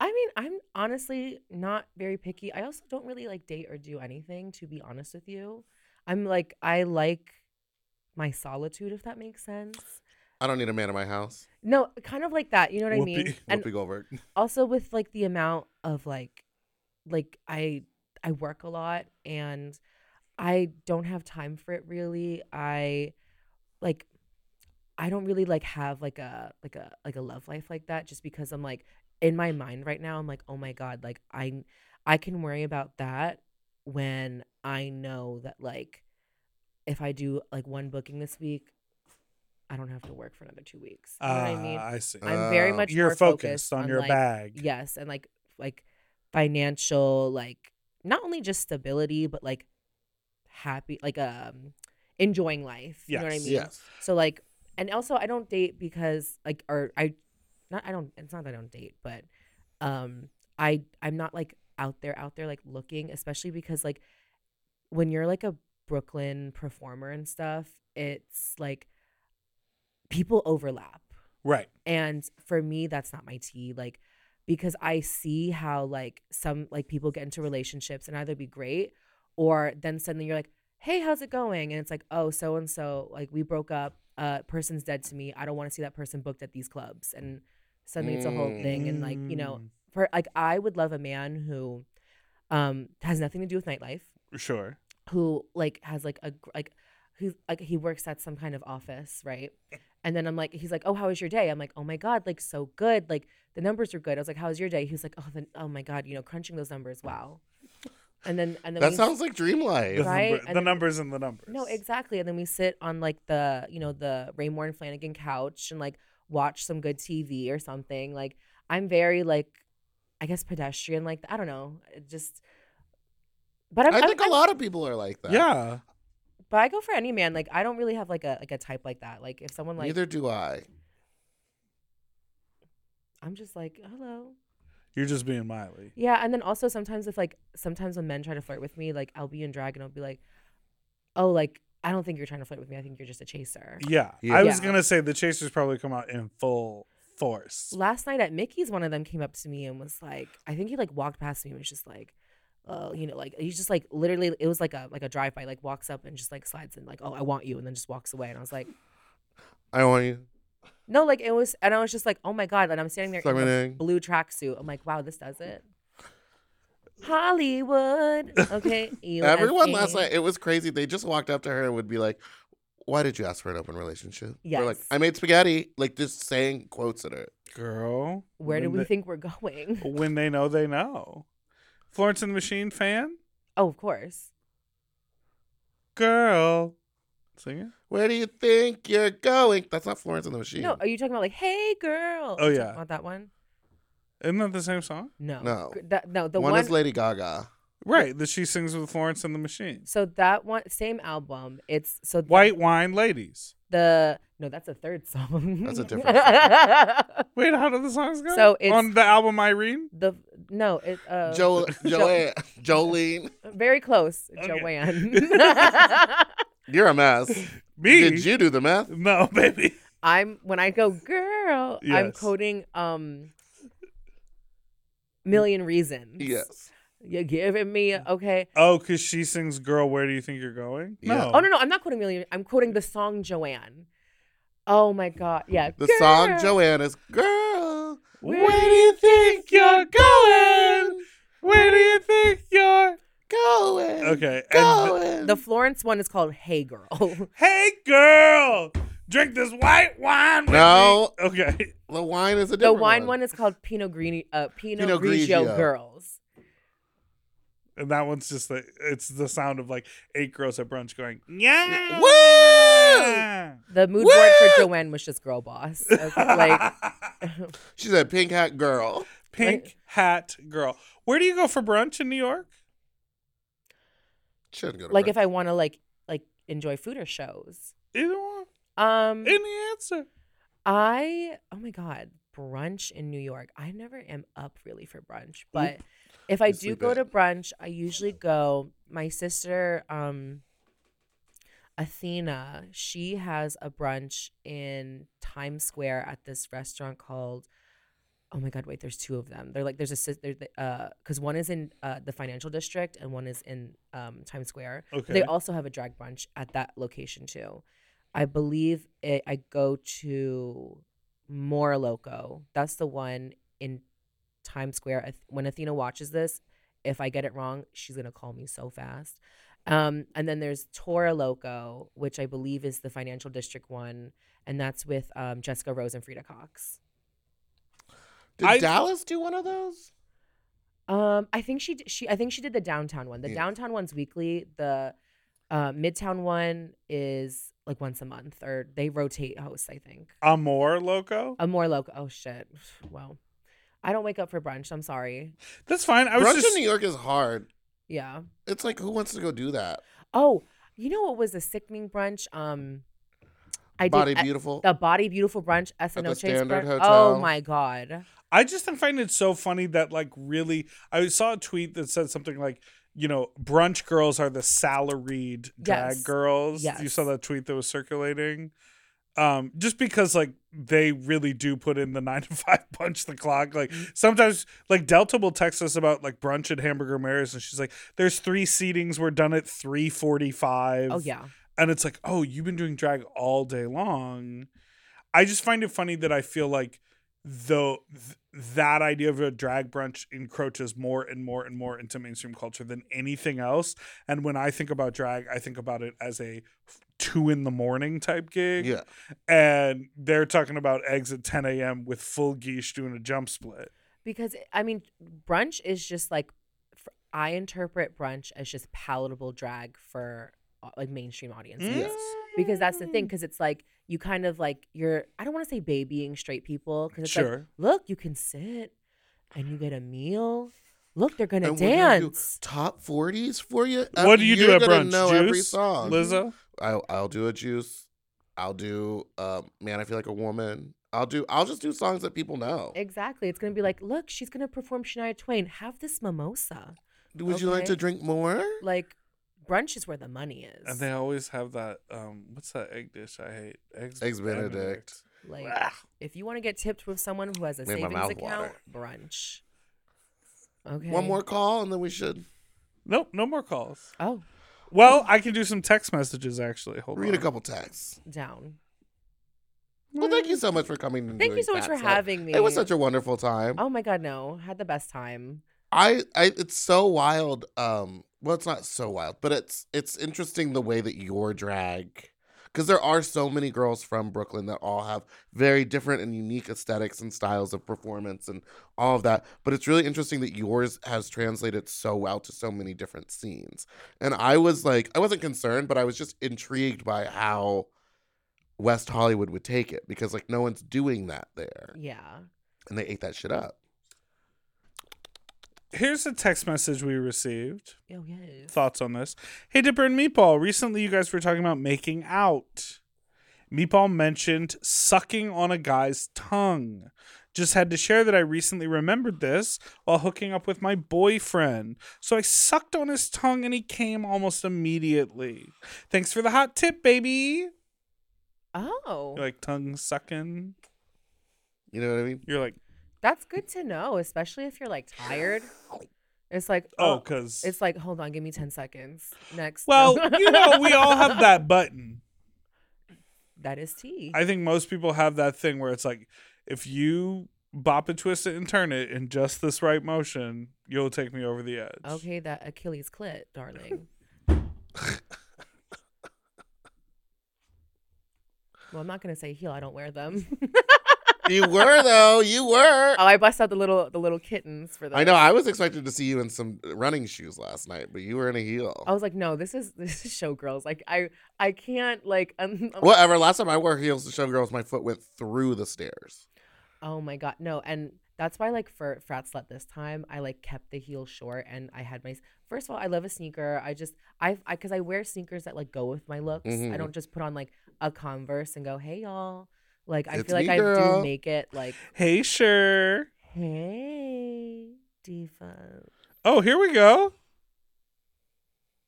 I mean, I'm honestly not very picky. I also don't really like date or do anything, to be honest with you. I'm like, I like my solitude, if that makes sense.
I don't need a man in my house.
No, kind of like that. You know what I mean?
Whoopi.
And
Whoopi Goldberg.
also with like the amount of like, like I, I work a lot and I don't have time for it really. I like, I don't really like have like a like a like a love life like that just because I'm like in my mind right now I'm like oh my god like I I can worry about that when I know that like if I do like one booking this week I don't have to work for another 2 weeks. You know what I
Ah,
mean?
I see.
I'm very
Oh.
much
You're
more
focused
focused,
on your
like,
bag.
Yes, and like like financial like not only just stability but like happy like um enjoying life. You know what I
Yes.
mean?
Yes.
So like, and also I don't date because like, or I, not I don't. It's not that I don't date, but um, I I'm not like out there out there like looking, especially because like when you're like a Brooklyn performer and stuff, it's like people overlap,
Right.
and for me that's not my tea. Like because I see how like some like people get into relationships and either be great or then suddenly you're like, hey, how's it going? And it's like, oh, so and so, like we broke up. Uh, person's dead to me. I don't want to see that person booked at these clubs. And suddenly it's a whole thing. And like
Mm.
you know, for like I would love a man who, um, has nothing to do with nightlife.
Mm, Sure.
Who like has like a gr- like who like he works at some kind of office, right? And then I'm like, he's like, oh, how was your day? I'm like, oh my god, like so good. Like the numbers are good. I was like, how was your day? He was like, oh, the, oh my god, you know, crunching those numbers, wow. And then and then
That
we-
sounds like dream life.
The,
Right,
number-
and
the
then-
numbers and the numbers.
no, exactly. And then we sit on like the, you know, the Raymore and Flanagan couch and like watch some good TV or something. Like I'm very like, I guess pedestrian. Like I don't know, It just. But I'm,
I
I'm-
think
I'm-
a lot of people are like that.
Yeah.
But I go for any man. Like I don't really have like a like a type like that. Like if someone like
Neither do I.
I'm just like hello.
You're just being Miley.
Yeah, and then also sometimes if like sometimes when men try to flirt with me, like I'll be in drag and I'll be like, oh, like I don't think you're trying to flirt with me. I think you're just a chaser.
Yeah.
Yeah.
I was
Yeah.
going to say the Chasers probably come out in full force.
last night at Mickey's, one of them came up to me and was like, I think he like walked past me and was just like, oh, you know, like he's just like literally, it was like a like a drive by, like walks up and just like slides in, like, oh, I want you, and then just walks away. And I was like,
I want you.
no, like it was, and I was just like, oh my god, and I'm standing there
Suck my
in a
dick.
blue tracksuit. I'm like, wow, this does it. Hollywood, okay. E
Everyone
USA.
last night, it was crazy. They just walked up to her and would be like, Why did you ask for an open relationship? We're like,
Yes.
I made spaghetti. Like, just saying quotes at her.
Girl.
Where do
when
we
they-
think we're going?
When they know, they know. Florence and the Machine fan?
Oh, of course.
Girl. Sing it.
Where do you think you're going? That's not Florence and the Machine.
No, uh, are you talking about like, hey girl?
Oh,
Are you
yeah.
talking about that one.
Isn't that the same song?
No.
No.
G- that- no, the
one,
one-
is Lady Gaga.
Right, that she sings with Florence and the Machine.
So that one, same album. It's so th-
White Wine Ladies.
the no, that's a third song.
That's a different
different.
Wait, how do the songs go?
So it's
on the album Irene.
The no, it uh,
Jo-
Jo-
Joanne. Jolene.
Very close, Joanne.
You're a mess.
Me?
Did you do the math?
No, baby.
I'm when I go girl, I'm
Yes.
quoting um million reasons.
Yes.
You're giving me okay.
Oh, because she sings "Girl, Where Do You Think You're Going?" No.
Oh no no, I'm not quoting million. I'm quoting the song Joanne. Oh my god, yeah.
The song
Girl.
Joanne is
Girl,
where
do you
think you're going? Where do you think you're
going?
Okay.
Going. The Florence one is called Hey Girl.
Hey Girl, drink this white wine. With
No.
me. Okay.
The wine is a
The
different
wine one is called Pinot Grigio, uh, Pinot,
Pinot
Grigio,
Grigio.
Girls.
And that one's just the it's the sound of like eight girls at brunch going.
Yeah.
Woo!
The mood board for Joanne was just Girl Boss. Okay, like
She's a pink hat girl.
Pink hat girl. Where do you go for brunch in New York?
Shouldn't go
like if I want to like like enjoy food or shows.
Either one.
Um
Any answer.
I oh my god, brunch in New York. I never am up really for brunch, but if I
You
do
sleep
go
in.
to brunch, I usually go my sister um Athena, she has a brunch in Times Square at this restaurant called Oh my God! Wait, there's two of them. They're like there's a sis- there's the- uh because one is in uh the financial district and one is in um Times Square. But
Okay.
They also have a drag brunch at that location too. I believe it, I go to More Loco. That's the one in Times Square. Ath- When Athena watches this, if I get it wrong, she's gonna call me so fast. Um, and then there's Tora Loco, which I believe is the financial district one, and that's with um, Jessica Rose and Frida Cox.
Did
I-
Dallas do one of those?
Um, I think she d- she I think she did the downtown one. The
Yeah.
downtown one's weekly. The uh, midtown one is like once a month, or they rotate hosts. I think.
Amor Loco.
A more local. Oh shit. Well, I don't wake up for brunch. I'm sorry.
That's fine. I was
brunch
just-
in New York is hard.
Yeah.
It's like who wants to go do that?
Oh, you know what was a sickening brunch? Um, I
Body
did, e,
Beautiful?
the Body Beautiful brunch. SNL Chase
Standard
brunch.
Hotel.
Oh my god.
I just am finding it so funny that like really I saw a tweet that said something like, you know, brunch girls are the salaried drag
Yes.
girls. You
Yes.
saw that tweet that was circulating. Um, just because like they really do put in the nine to five punch the clock. Like
Mm-hmm.
sometimes like Delta will text us about like brunch at Hamburger Mary's and she's like, There's three seatings, we're done at three forty five.
Oh, yeah.
And it's like, oh, you've been doing drag all day long. I just find it funny that I feel like though th- that idea of a drag brunch encroaches more and more and more into mainstream culture than anything else. And when I think about drag, I think about it as a f- two in the morning type gig.
Yeah.
And they're talking about eggs at 10 a.m. with full geesh doing a jump split.
Because I mean, brunch is just like f- I interpret brunch as just palatable drag for uh, like mainstream audiences.
Yes.
Because that's the thing.
Mm.
Because it's like you kind of like you're. I don't want to say babying straight people. Because it's like,
Sure.
look, you can sit and you get a meal. Look, they're gonna
And we're gonna
dance.
do Top forties for you.
What do you do
Um, you're
at
gonna
brunch?
Know every
Juice?
song.
Lizzo?
I'll, I'll do a juice. I'll do um, man. I feel like a woman. I'll do. I'll just do songs that people know.
Exactly. It's gonna be like, look, she's gonna perform Shania Twain. Have this mimosa.
Would you like to
Okay?
drink more?
Like, brunch is where the money is.
And they always have that um what's that egg dish I hate? Eggs,
Eggs Benedict.
Like, if you want to get tipped with someone who has a
Made my
savings
mouth
account,
water.
brunch. Okay.
One more call and then we should.
Nope, no more calls.
Oh.
Well, I can do some text messages actually. Hold
Read
on.
a couple texts.
Down.
Well, thank you so much for coming. and
Thank you
doing
so much for
Facts Up.
having me.
It was such a wonderful time.
Oh my god, no. Had the best time.
I, I it's so wild. Um, well, it's not so wild, but it's it's interesting the way that your drag, because there are so many girls from Brooklyn that all have very different and unique aesthetics and styles of performance and all of that. But it's really interesting that yours has translated so well to so many different scenes. And I was like, I wasn't concerned, but I was just intrigued by how West Hollywood would take it because like no one's doing that there.
Yeah.
And they ate that shit up.
Here's a text message we received.
Oh, yes.
Thoughts on this? Hey, Dipper and Meatball. Recently, you guys were talking about making out. Meatball mentioned sucking on a guy's tongue. Just had to share that I recently remembered this while hooking up with my boyfriend. So I sucked on his tongue and he came almost immediately. Thanks for the hot tip, baby.
Oh.
You're like tongue sucking.
You know what I mean?
You're like,
That's good to know, especially if you're like tired. It's like
Oh, 'cause-
it's like hold on, give me ten seconds. Next.
well, you know, we all have that button.
That is tea.
I think most people have that thing where it's like, if you bop it, twist it, and turn it in just this right motion, you'll take me over the edge.
okay, that Achilles clit, darling. well, I'm not gonna say heel. I don't wear them.
You were though. You were.
Oh, I bust out the little the little kittens for that.
I know. I was expected to see you in some running shoes last night, but you were in a heel.
I was like, no, this is this is showgirls. Like, I I can't like. Um, um,
Whatever. Last time I wore heels to showgirls, my foot went through the stairs.
Oh my god, no! And that's why, like, for frat slut this time, I like kept the heel short, and I had my. First of all, I love a sneaker. I just I I because I wear sneakers that like go with my looks. I
Mhm.
don't just put on like a Converse and go, hey y'all. Like I
It's
feel like
me,
I
girl.
do make it like
Hey, sure.
hey diva.
Oh, here we go.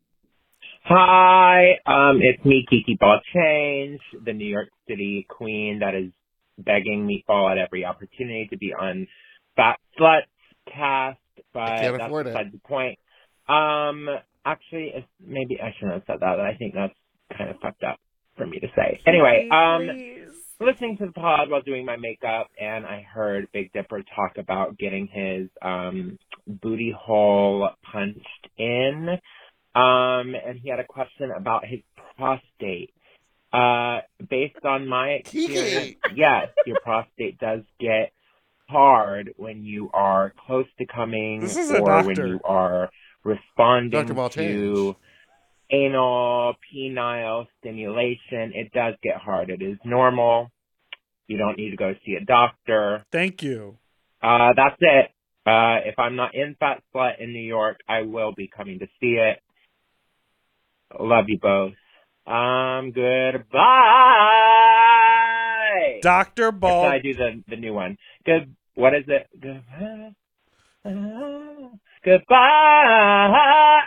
Hi, um, it's me, Kiki Ball Change, the New York City queen that is begging meatball at every opportunity to be on Fat Slut cast, but
can't
that's
afford it.
beside the point. Um, actually, it's, maybe I shouldn't have said that. but I think that's kind of fucked up for me to say. Anyway, um, listening to the pod while doing my makeup, and I heard Big Dipper talk about getting his um, booty hole punched in, um, and he had a question about his prostate. Uh, based on my experience, yes, your prostate does get hard when you are close to coming
This is a
or when
doctor.
you are responding
Dr. Balchange.
to anal penile stimulation. It does get hard. It is normal. You don't need to go see a doctor.
Thank you.
Uh, that's it. Uh, if I'm not in Fat Slut in New York, I will be coming to see it. Love you both. Um, goodbye.
Dr. Ball.
I do the, the new one. Good. What is it? Good, uh, goodbye.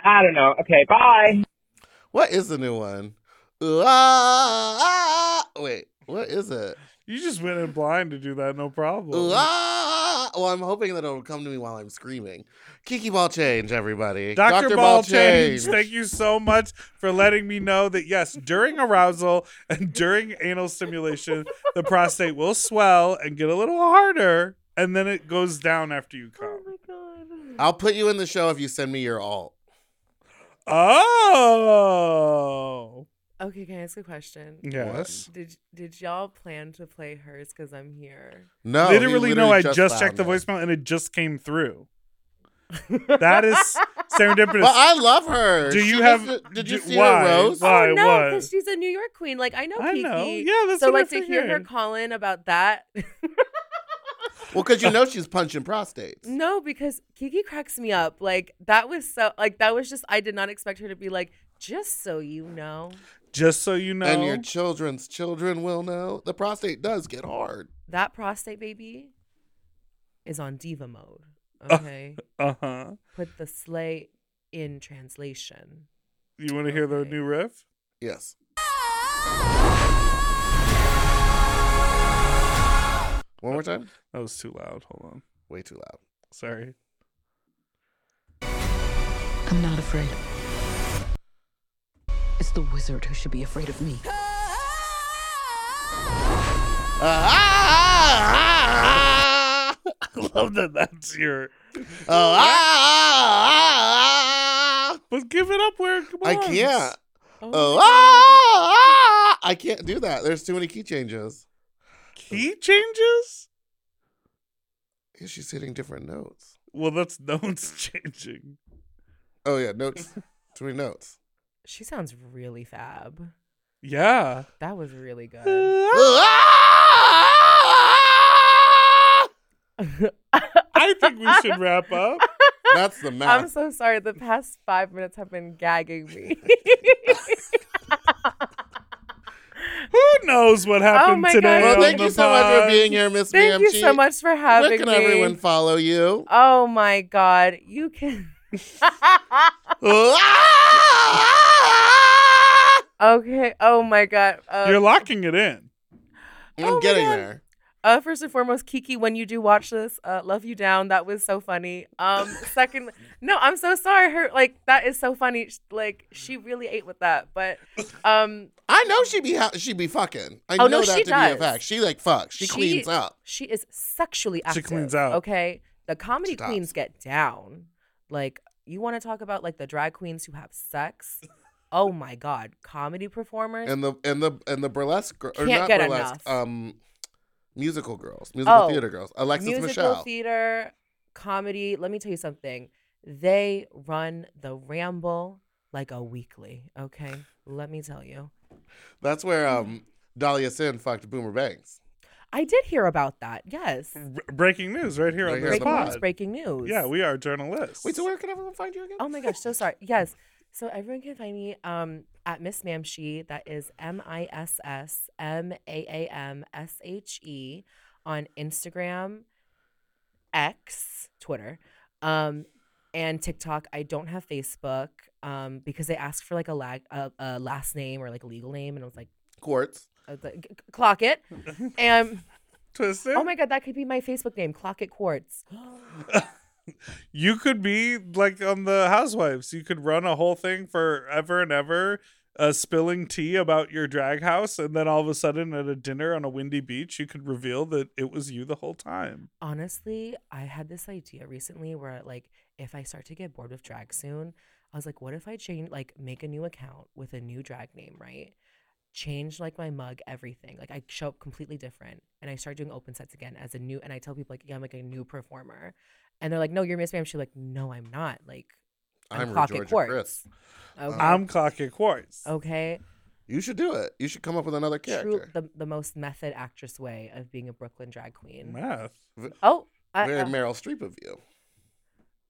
I don't know. Okay, bye.
What is the new one? Ooh, ah, ah. Wait, what is it?
You just went in blind to do that, no problem.
Ooh, ah. Well, I'm hoping that it'll come to me while I'm screaming. Kiki ball change, everybody.
Dr. Ball Change, thank you so much for letting me know that yes, during arousal and during anal stimulation, the prostate will swell and get a little harder, and then it goes down after you come.
I'll put you in the show if you send me your alt.
Oh.
Okay, can I ask a question?
Yes.
Did did y'all plan to play hers? Cause I'm here.
No, Oh, he
literally, no.
literally
I
just
just, checked the
found
voicemail and it just came through. that is serendipitous.
But I love her.
Do
She
you
just-
have?
did you
do-
see her
why?
rose? Oh,
Why?
Oh no,
What?
because she's a New York queen. Like I know
I
Kiki.
know. Yeah, that's
so
what I
like to hear her
figured.
call in about that.
Well, because you know she's punching prostate.
no, because Kiki cracks me up. Like that was so. Like that was just. I did not expect her to be like. Just so you know,
Just so you know,
And your children's children will know the prostate does get hard.
that prostate baby is on diva mode. Okay.
Uh huh.
Put the sleigh in translation.
You want to hear the new riff?
Yes. One more time.
That was too loud. Hold on.
Way too loud.
Sorry.
I'm not afraid. It's the wizard who should be afraid of me.
Oh, ah, I
love that that's your.
ah,
But give it up where it
I
belongs.
can't. Oh, ah, ah, I can't do that. There's too many key changes.
Key changes?
Yeah, She's hitting different notes.
Well, that's no one's changing.
Oh yeah, notes. too many notes.
She sounds really fab.
Yeah.
That was really good.
I think we should wrap up.
That's the
I'm
math.
so sorry. The past five minutes have been gagging me.
Who knows what happened
oh my
today?
god!
Well, thank you so much for being here, Miss
Thank you
Mamchi.
so much for having
Where can
me.
everyone follow you?
Oh my god! You can. Oh okay. Oh my god. Uh,
You're locking it in.
I'm getting there.
Uh, first and foremost, Kiki, when you do watch this, uh, love you down. That was so funny. Um, second, no, I'm so sorry. Her like that is so funny. Sh- Like she really ate with that. But um,
I know she be ha- she be fucking. I
Oh,
know
no,
that
she
to
does.
be a fact. She like fucks. She, cleans up.
She is sexually
She
active.
cleans out.
Okay, the comedy
Stop.
queens get down. Like you want to talk about like the drag queens who have sex? Oh my god, comedy performers.
And the and the and the burlesque gr- or
Can't
not
get
burlesque,
enough.
um musical girls, musical
Oh,
theater girls. Alexis
musical
Michelle.
theater, comedy. Let me tell you something. They run the ramble like a weekly. Okay, let me tell you.
That's where
Mm-hmm.
um Dahlia Sin fucked Boomer Banks.
I did hear about that. Yes.
Breaking news right here on this
Breaking
pod.
news, breaking news.
Yeah, we are journalists.
Wait, so where can everyone find you again?
Oh my gosh, so sorry. Yes. So everyone can find me um, at Miss Mamshi. That is M I S S M A A M S H E on Instagram, X, Twitter, um, and TikTok. I don't have Facebook um, because they asked for like a, lag, a, a last name or like a legal name, and I was like,
Quartz.
I was like, "C- clock it. And
Twisted.
oh my god, that could be my Facebook name, Clock It Quartz.
you could be like on the Housewives. You could run a whole thing forever and ever, uh, spilling tea about your drag house, and then all of a sudden at a dinner on a windy beach, you could reveal that it was you the whole time.
Honestly, I had this idea recently where like if I start to get bored with drag soon, I was like, what if I change like make a new account with a new drag name, right? Change like my mug, everything. Like I show up completely different and I start doing open sets again as a new and I tell people like, yeah, I'm like a new performer. And they're like, No, you're Miss Ma'am. She's like, No, I'm not. Like I'm,
I'm
Clock
Georgia
at Quartz.
Chris. Oh.
Okay.
I'm clocking quartz.
okay.
You should do it. You should come up with another character.
True the, the most method actress way of being a Brooklyn drag queen.
Math.
V-
Oh, I-
very
uh,
Meryl Streep of you.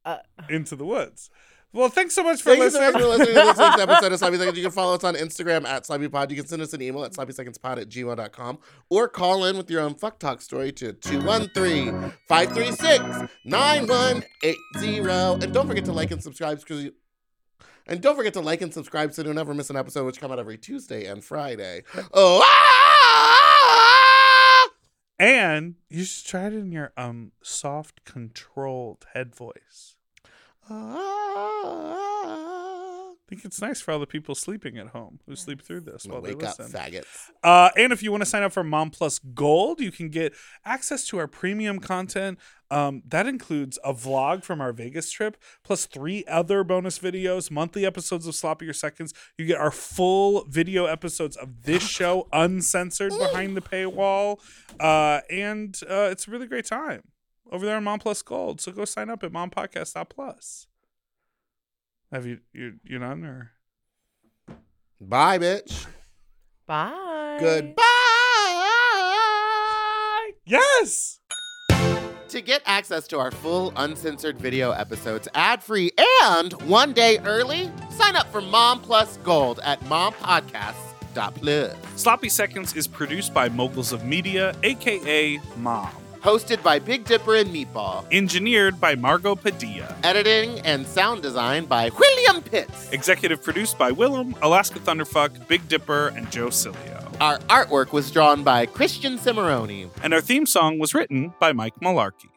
Uh,
Into the woods. Well, thanks so much for
Thank you so
listening.
much for listening to this week's episode of Sloppy Seconds. You can follow us on Instagram at Sloppy Pod. You can send us an email at sloppysecondspod at gmail.com or call in with your own fuck talk story to 213-536-9180. And don't forget to like and subscribe because you and don't forget to like and subscribe so you'll never miss an episode, which come out every Tuesday and Friday. Oh, ah!
and you should try it in your um soft, controlled head voice. I think it's nice for all the people sleeping at home who sleep through this while
Wake
they
up,
listen.
faggots.
Uh, and if you want to sign up for Mom Plus Gold, you can get access to our premium content. Um, that includes a vlog from our Vegas trip, plus three other bonus videos, monthly episodes of Sloppier Seconds. You get our full video episodes of this show, uncensored behind the paywall. Uh, and uh, it's a really great time over there on Mom Plus Gold. So go sign up at mompodcast.plus. Have you, you, you done or?
Bye, bitch.
Bye.
Goodbye.
Yes.
To get access to our full uncensored video episodes ad-free and one day early, sign up for Mom Plus Gold at mompodcasts.plus.
Sloppy Seconds is produced by Moguls of Media, aka Mom.
Hosted by Big Dipper and Meatball.
Engineered by Margot Padilla.
Editing and sound design by William Pitts.
Executive produced by Willem, Alaska Thunderfuck, Big Dipper, and Joe Cilio.
Our artwork was drawn by Christian Cimarroni.
And our theme song was written by Mike Malarkey.